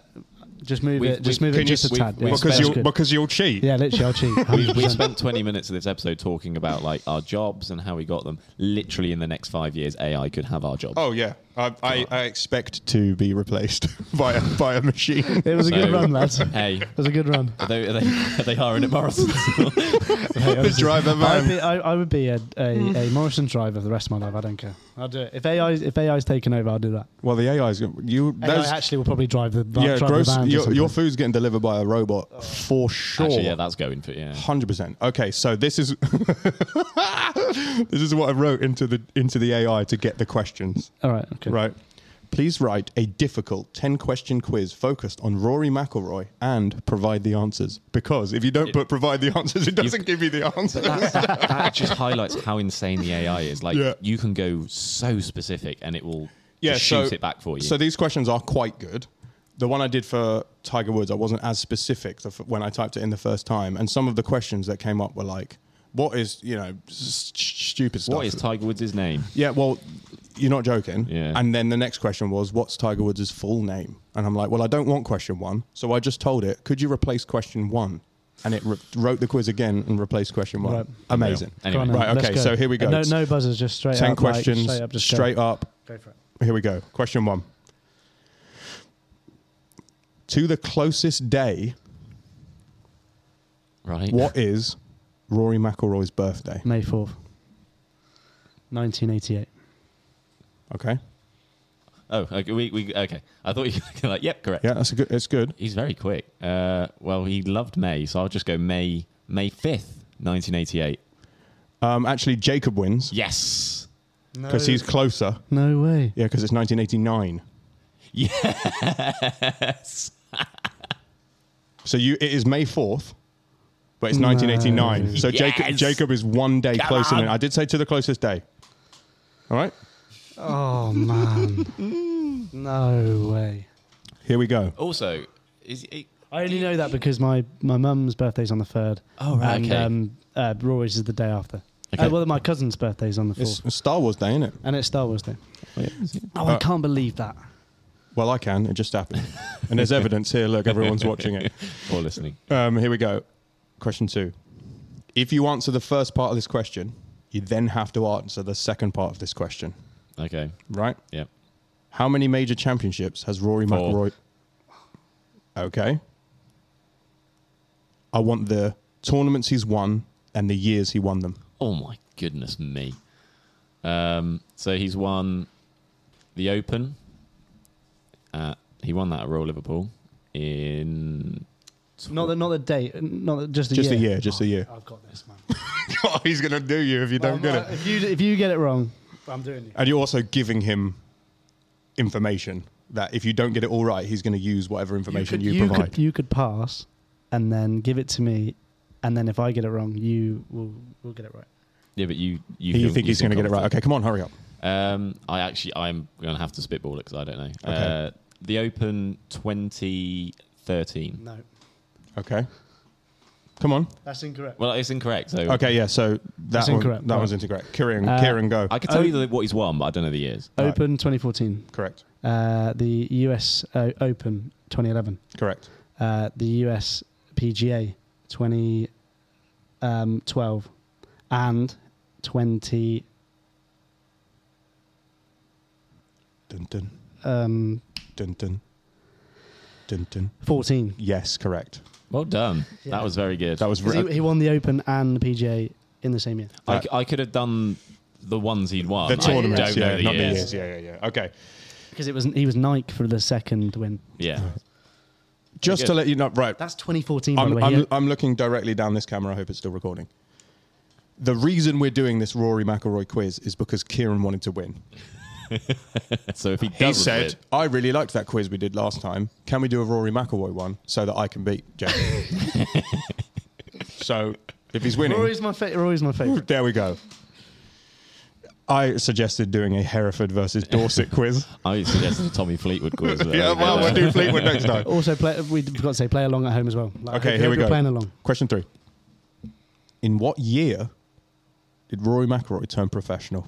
just move
We've-
it, just
we've-
move it
can you-
just a
we've-
tad yeah,
we've-
because
that's
you'll
good.
because you'll cheat.
yeah, literally,
[laughs]
I'll cheat. 100%.
We spent 20 minutes of this episode talking about like our jobs and how we got them. Literally, in the next five years, AI could have our jobs.
Oh yeah, I, I, I expect to be replaced [laughs] by a, by a machine.
it was a good
So-
[laughs]
run, lads. It
Hey,
was a good run.
are they, are they, are they hiring at Morrison's?
the driver Mm.
I'd
man.
be, I, I would be a, a, a Morrison driver for the rest of my life. I don't care. I'll do it. If AI if AI's taken over, I'll do that.
well, the AI is you.
AI
That's,
actually will probably drive the
yeah,
drive the
gross.
vans or
Your,
something.
your food's getting delivered by a robot
Oh.
for sure.
Actually, yeah, that's going for yeah.
Hundred percent. Okay, so this is [laughs] this is what I wrote into the into the AI to get the questions.
All right. Okay.
Right. Please write a difficult 10 question quiz focused on Rory McIlroy and provide the answers. Because if you don't put provide the answers, it doesn't give you the answers. [laughs]
That's- that just highlights how insane the AI is. Like
Yeah.
you can go so specific, and it will just shoot it back for you.
So these questions are quite good. The one I did for Tiger Woods, I wasn't as specific the f- when I typed it in the first time, and some of the questions that came up were like, "What is you know s- s- stupid stuff?"
what is Tiger Woods' name?
yeah, well, you're not joking.
Yeah.
And then the next question was, "What's Tiger Woods' full name?" And I'm like, "Well, I don't want question one, so I just told it, could you replace question one?" And it re- wrote the quiz again and replaced question one.
Right.
Amazing.
Anyway.
Come on
right,
then, let's
okay,
go.
so here we go.
No, no buzzers, just straight
10
up. like,
questions,
straight up, just go.
straight up.
Go for it.
Here we go. Question one. To the closest day,
Right?
what is Rory McIlroy's birthday?
May 4th, 1988.
Okay.
Oh, okay, we, we okay. I thought you were like, yep, correct.
Yeah, that's a good. It's good.
He's very quick. Uh, well, he loved May, so I'll just go May May fifth, nineteen eighty eight.
Um, actually, Jacob wins
Yes.
because he's closer.
No way.
Yeah, because it's 1989.
Yes.
So you, it is May 4th, but it's
No.
1989. So Jacob,
Yes.
Jacob is one day closer. Than, I did say to the closest day. All right.
Oh, man. no way.
Here we go.
Also, is he,
I only know that because my, my mum's birthday's on the 3rd.
Oh, right,
And
okay.
um, uh, Rory's is the day after.
Okay.
Uh, well, my cousin's birthday's on the 4th.
It's Star Wars Day, isn't it?
and it's Star Wars Day. Oh,
Uh,
I can't believe that.
Well, I can. It just happened, and there's evidence here. Look, everyone's watching it.
or listening?
Um, here we go. Question two. If you answer the first part of this question, you then have to answer the second part of this question,
Okay.
right?
Yep.
How many major championships has Rory
Four.
McIlroy? Okay. I want the tournaments he's won and the years he won [laughs] them.
Oh my goodness me. Um, so he's won the Open. Uh, he won that at Royal Liverpool in
Not the not the date, not the, just the
Just
year.
a year, just a year.
I've got this, man. Um, uh,
he's gonna do you if you don't get it.
If you if you get it wrong, I'm doing it.
And you're also giving him information that if you don't get it all right, he's gonna use whatever information you,
you
provide.
could you could pass, and then give it to me, and then if I get it wrong, you will will get it right.
yeah, but you you,
you think he's gonna get it right? Okay, come on, hurry up.
Um, I actually I'm gonna have to spitball it because I don't know. Uh, the Open 2013.
No,
Okay. Come on.
that's incorrect.
Well, it's incorrect. So
Okay, yeah. So that
That's
one,
incorrect.
that
Right.
one's incorrect. Kieran,
Uh,
Kieran, go.
I could tell you the, what he's won, but I don't know the years.
Open 2014,
correct.
uh, the U.S. O- Open 2011,
Correct.
uh, the U.S. PGA 2012, um, and 20
Dun dun
um,
dun dun dun dun.
14.
Yes, correct.
Well done.
Yeah.
That was very good.
That was
'Cause
re-
He, he won the Open and the PGA in the same year.
I, c- I could have done the ones he'd won.
the tournaments.
I don't
yeah,
know the
not
years.
the years. Yeah, yeah, yeah. Okay.
Because it was he was Nike for the second win.
Yeah.
Just to
good.
let you know, right?
That's 2014, by the
I'm,
way.
I'm,
He-
I'm looking directly down this camera. I hope it's still recording. The reason we're doing this Rory McIlroy quiz is because Kieran wanted to win.
So if he,
He
does
said, "I really liked that quiz we did last time. Can we do a Rory McIlroy one so that I can beat
[laughs]
Jake?" so if he's winning,
Rory's my favorite. Rory's my
[laughs]
favorite.
There we go. I suggested doing a Hereford versus [laughs] Dorset quiz.
I suggested Tommy Fleetwood quiz.
[laughs]
but
yeah,
there we
well,
go.
we'll do Fleetwood next time.
[laughs] also, play, we forgot to say play along at home as well. Like, I
Okay,
hope
here we
you're
go.
Playing along.
Question three. In what year did Rory McIlroy turn professional?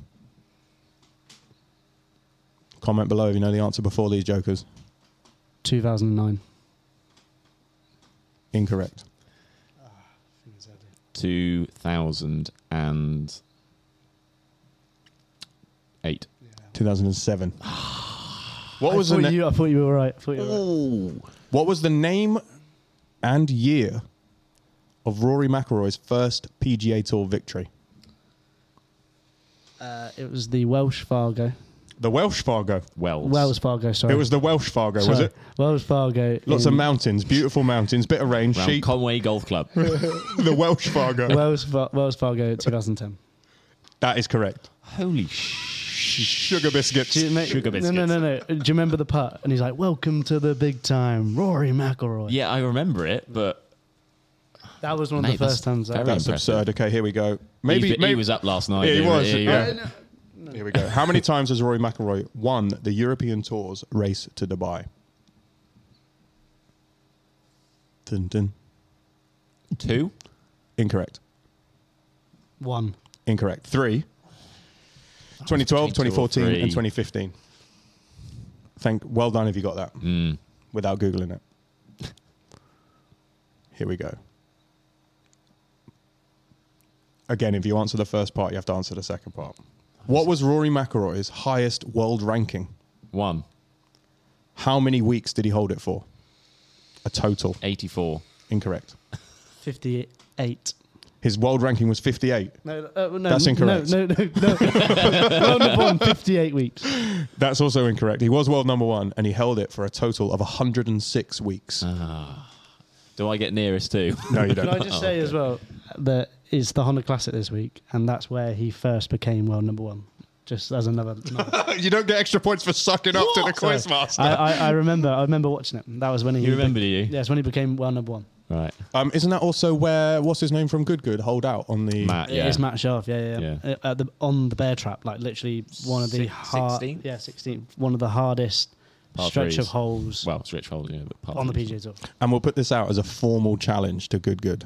Comment below if you know the answer before these jokers.
2009.
Incorrect.
2008.
2007. [sighs] what
I
was the
thought
na-
you? I thought you were right. I thought you were right.
What was the name and year of Rory McIlroy's first PGA Tour victory?
Uh, it was the Welsh Fargo,
The Welsh Fargo.
Wells.
Wells Fargo. Sorry,
It was the Welsh Fargo, was
Sorry.
it?
Wells Fargo.
Lots of
in
mountains, beautiful mountains, bit of rain,
Round
sheep,
Conway Golf Club.
[laughs] the Welsh Fargo.
Wells, Fa- Wells Fargo 2010.
that is correct.
Holy sh!
Sugar biscuits.
Do you make-
Sugar
no, no, no, no. Do you remember the putt? And he's like, "Welcome to the big time, Rory McIlroy."
Yeah, I remember it, but
that was one of
Mate,
the
that's
first times. I
very
That's
impressive.
absurd. Okay, here we go.
maybe,
Maybe,
he
maybe
was up last night.
Yeah, he
dude.
was.
yeah.
Yeah. Here we go. How many times has Rory McIlroy won the European Tours race to Dubai? Dun, dun.
Two.
Incorrect.
one.
Incorrect. Three. 2012, 2014,
Three.
and 2015. Thank. Well done if you got that without googling it. Here we go. Again, if you answer the first part, you have to answer the second part. What was Rory McIlroy's highest world ranking?
One.
How many weeks did he hold it for? A total.
84.
Incorrect.
58.
His world ranking was 58.
No, uh, no,
That's incorrect.
No, no, no. no. [laughs] Round of one,
[laughs]
58 weeks.
That's also incorrect. He was world number one and he held it for a total of 106 weeks.
Do I get nearest to?
no, you
Can
don't.
Uh-huh. I just
Oh,
say as well that it's the Honda Classic this week, and that's where he first became world number one. Just
[laughs]
as another, another-
[laughs] you don't get extra points for sucking up to the quizmaster.
I, I, I remember, I remember watching it. That was when he.
You remember, do you?
Yes, when he became world number one.
[laughs] Right.
Um, isn't that also where what's his name from Good Good hold out on the
Matt, yeah.
It's Matt Sharf, yeah, yeah, yeah. Uh, At the, on the bear trap, like literally one of the
Six-
hard,
16?
yeah, 16, one of the hardest
Par
stretch
threes.
of holes
Well, it's Rich Holding. Yeah, but part
on the
three.
PGA Tour.
And we'll put this out as a formal challenge to Good Good.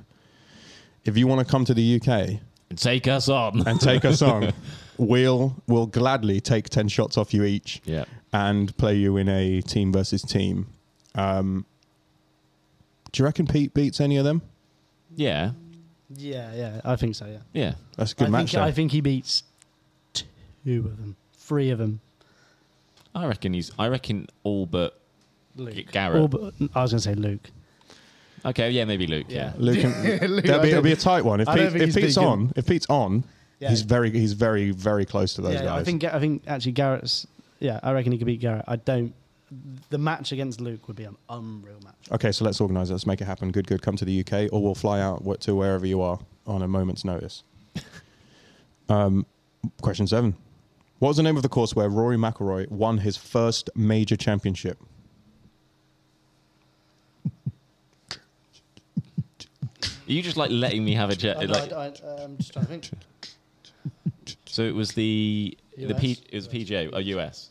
If you want to come to the UK
Take us on.
and take
[laughs]
us on, we'll we'll gladly take ten shots off you each.
Yeah.
And play you in a team versus team. Um, do you reckon Pete beats any of them?
Yeah.
Yeah, yeah, I think so. Yeah,
Yeah.
That's a good
I
match.
Think,
though.
I think he beats two of them, three of them.
I reckon he's. I reckon all but G-
Luke.
Garrett.
Or, but- I was going to say Luke.
okay, yeah, maybe Luke. Yeah.
Luke, and,
[laughs] Luke,
that'd
I
be, it'll
don't-
be a tight one. If,
I don't
Pete,
think
if
he's
Pete's
big in-
on, if Pete's on,
Yeah.
he's very he's very very close to those
yeah,
guys.
I think I think actually Garrett's. Yeah, I reckon he could beat Garrett. I don't. The match against Luke would be an unreal match.
okay, so let's organise. it. Let's make it happen. Good, good. Come to the UK, or we'll fly out wh- to wherever you are on a moment's
[laughs]
notice. um, question seven: What was the name of the course where Rory McIlroy won his first major championship?
Are you just like letting me have a [laughs] jet? Like,
am just trying to think.
so it was the the P,
US.
it was PGA oh US.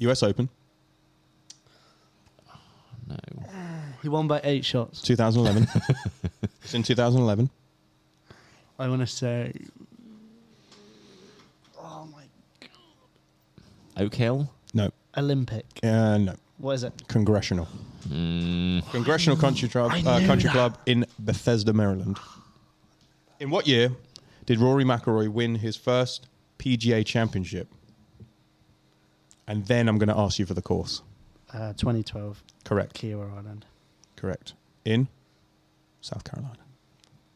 U.S. Open,
No.
He won by eight shots. [laughs]
2011. it's in 2011.
I want to say. Oh my!
Oak Hill.
No,
Olympic.
uh, no.
What is it?
Congressional. Congressional Country Club, uh, Country Club in Bethesda, Maryland. In what year did Rory McIlroy win his first PGA Championship? And then I'm going to ask you for the course.
Uh, 2012,
Correct.
Kiowa Island.
Correct. In South Carolina.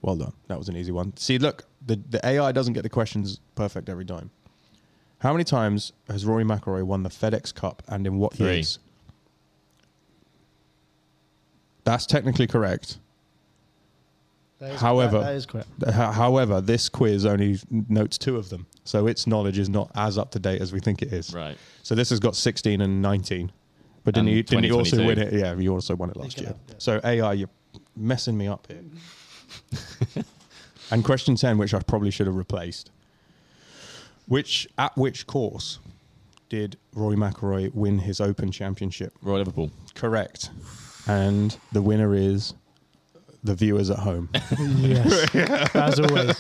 Well done. That was an easy one. See, look, the, the AI doesn't get the questions perfect every time. How many times has Rory McIlroy won the FedEx Cup and in what
Three.
years? That's technically correct.
That is-
However-
that- that is correct.
H- However, this quiz only notes two of them, so its knowledge is not as up to date as we think it is.
Right.
So this has got 16 and 19, but didn't
And
you didn't you also
2022.
win it? Yeah, you also won it last
can
year.
have- yeah.
So AI, you're messing me up here. [laughs] and question 10, which I probably should have replaced. Which at which course did Roy McIlroy win his Open Championship?
Royal Liverpool.
Correct. And the winner is the viewers at home.
Yes, as always.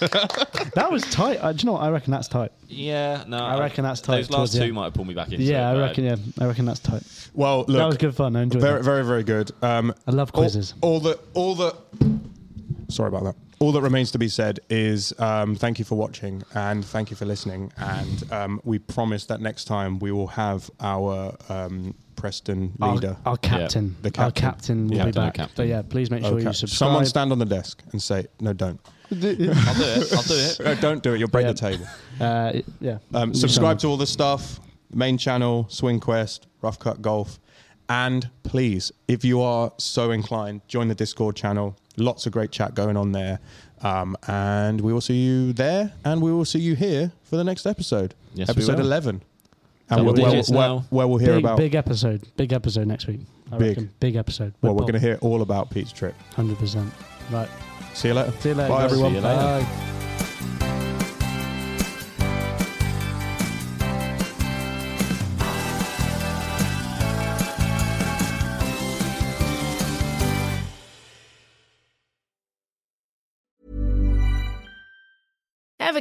That was tight. Uh, do you know what? I reckon that's tight.
Yeah, no.
I reckon that's tight
Those last
towards the
two
end.
might have pulled me back into
Yeah,
it,
I
but
reckon. Yeah, I reckon that's tight.
[laughs] well, look,
that was good fun. I enjoyed it.
Very, very, very good. Um,
I love
all-
quizzes.
All, the, all the. Sorry about that. All that remains to be said is um, thank you for watching and thank you for listening. And um, we promise that next time we will have our um, Preston
Our-
leader.
Our, captain,
The captain.
our captain will
Yeah.
be
Captain,
our
back.
captain.
But yeah, please make sure
Okay.
you subscribe.
Someone stand on the desk and say, no, don't.
[laughs] I'll do it. I'll do it.
[laughs] No, don't do it. You'll break
Yeah.
the table.
Uh, yeah.
Um,
You
subscribe to
sound-
all the stuff, main channel, Swing Quest, Rough Cut Golf. And please, if you are so inclined, join the Discord channel. Lots of great chat going on there. Um, and we will see you there. And we will see you here for the next episode.
Yes, we
episode
will.
11.
Double
And where, where,
digits
where,
now.
where we'll hear
big,
about,
big episode. Big episode next week. I
Big.
reckon. Big episode.
well, we're going to hear all about Pete's trip.
hundred percent. Right.
See you later.
See you later.
Bye,
guys.
everyone.
See you later.
Bye.
Ever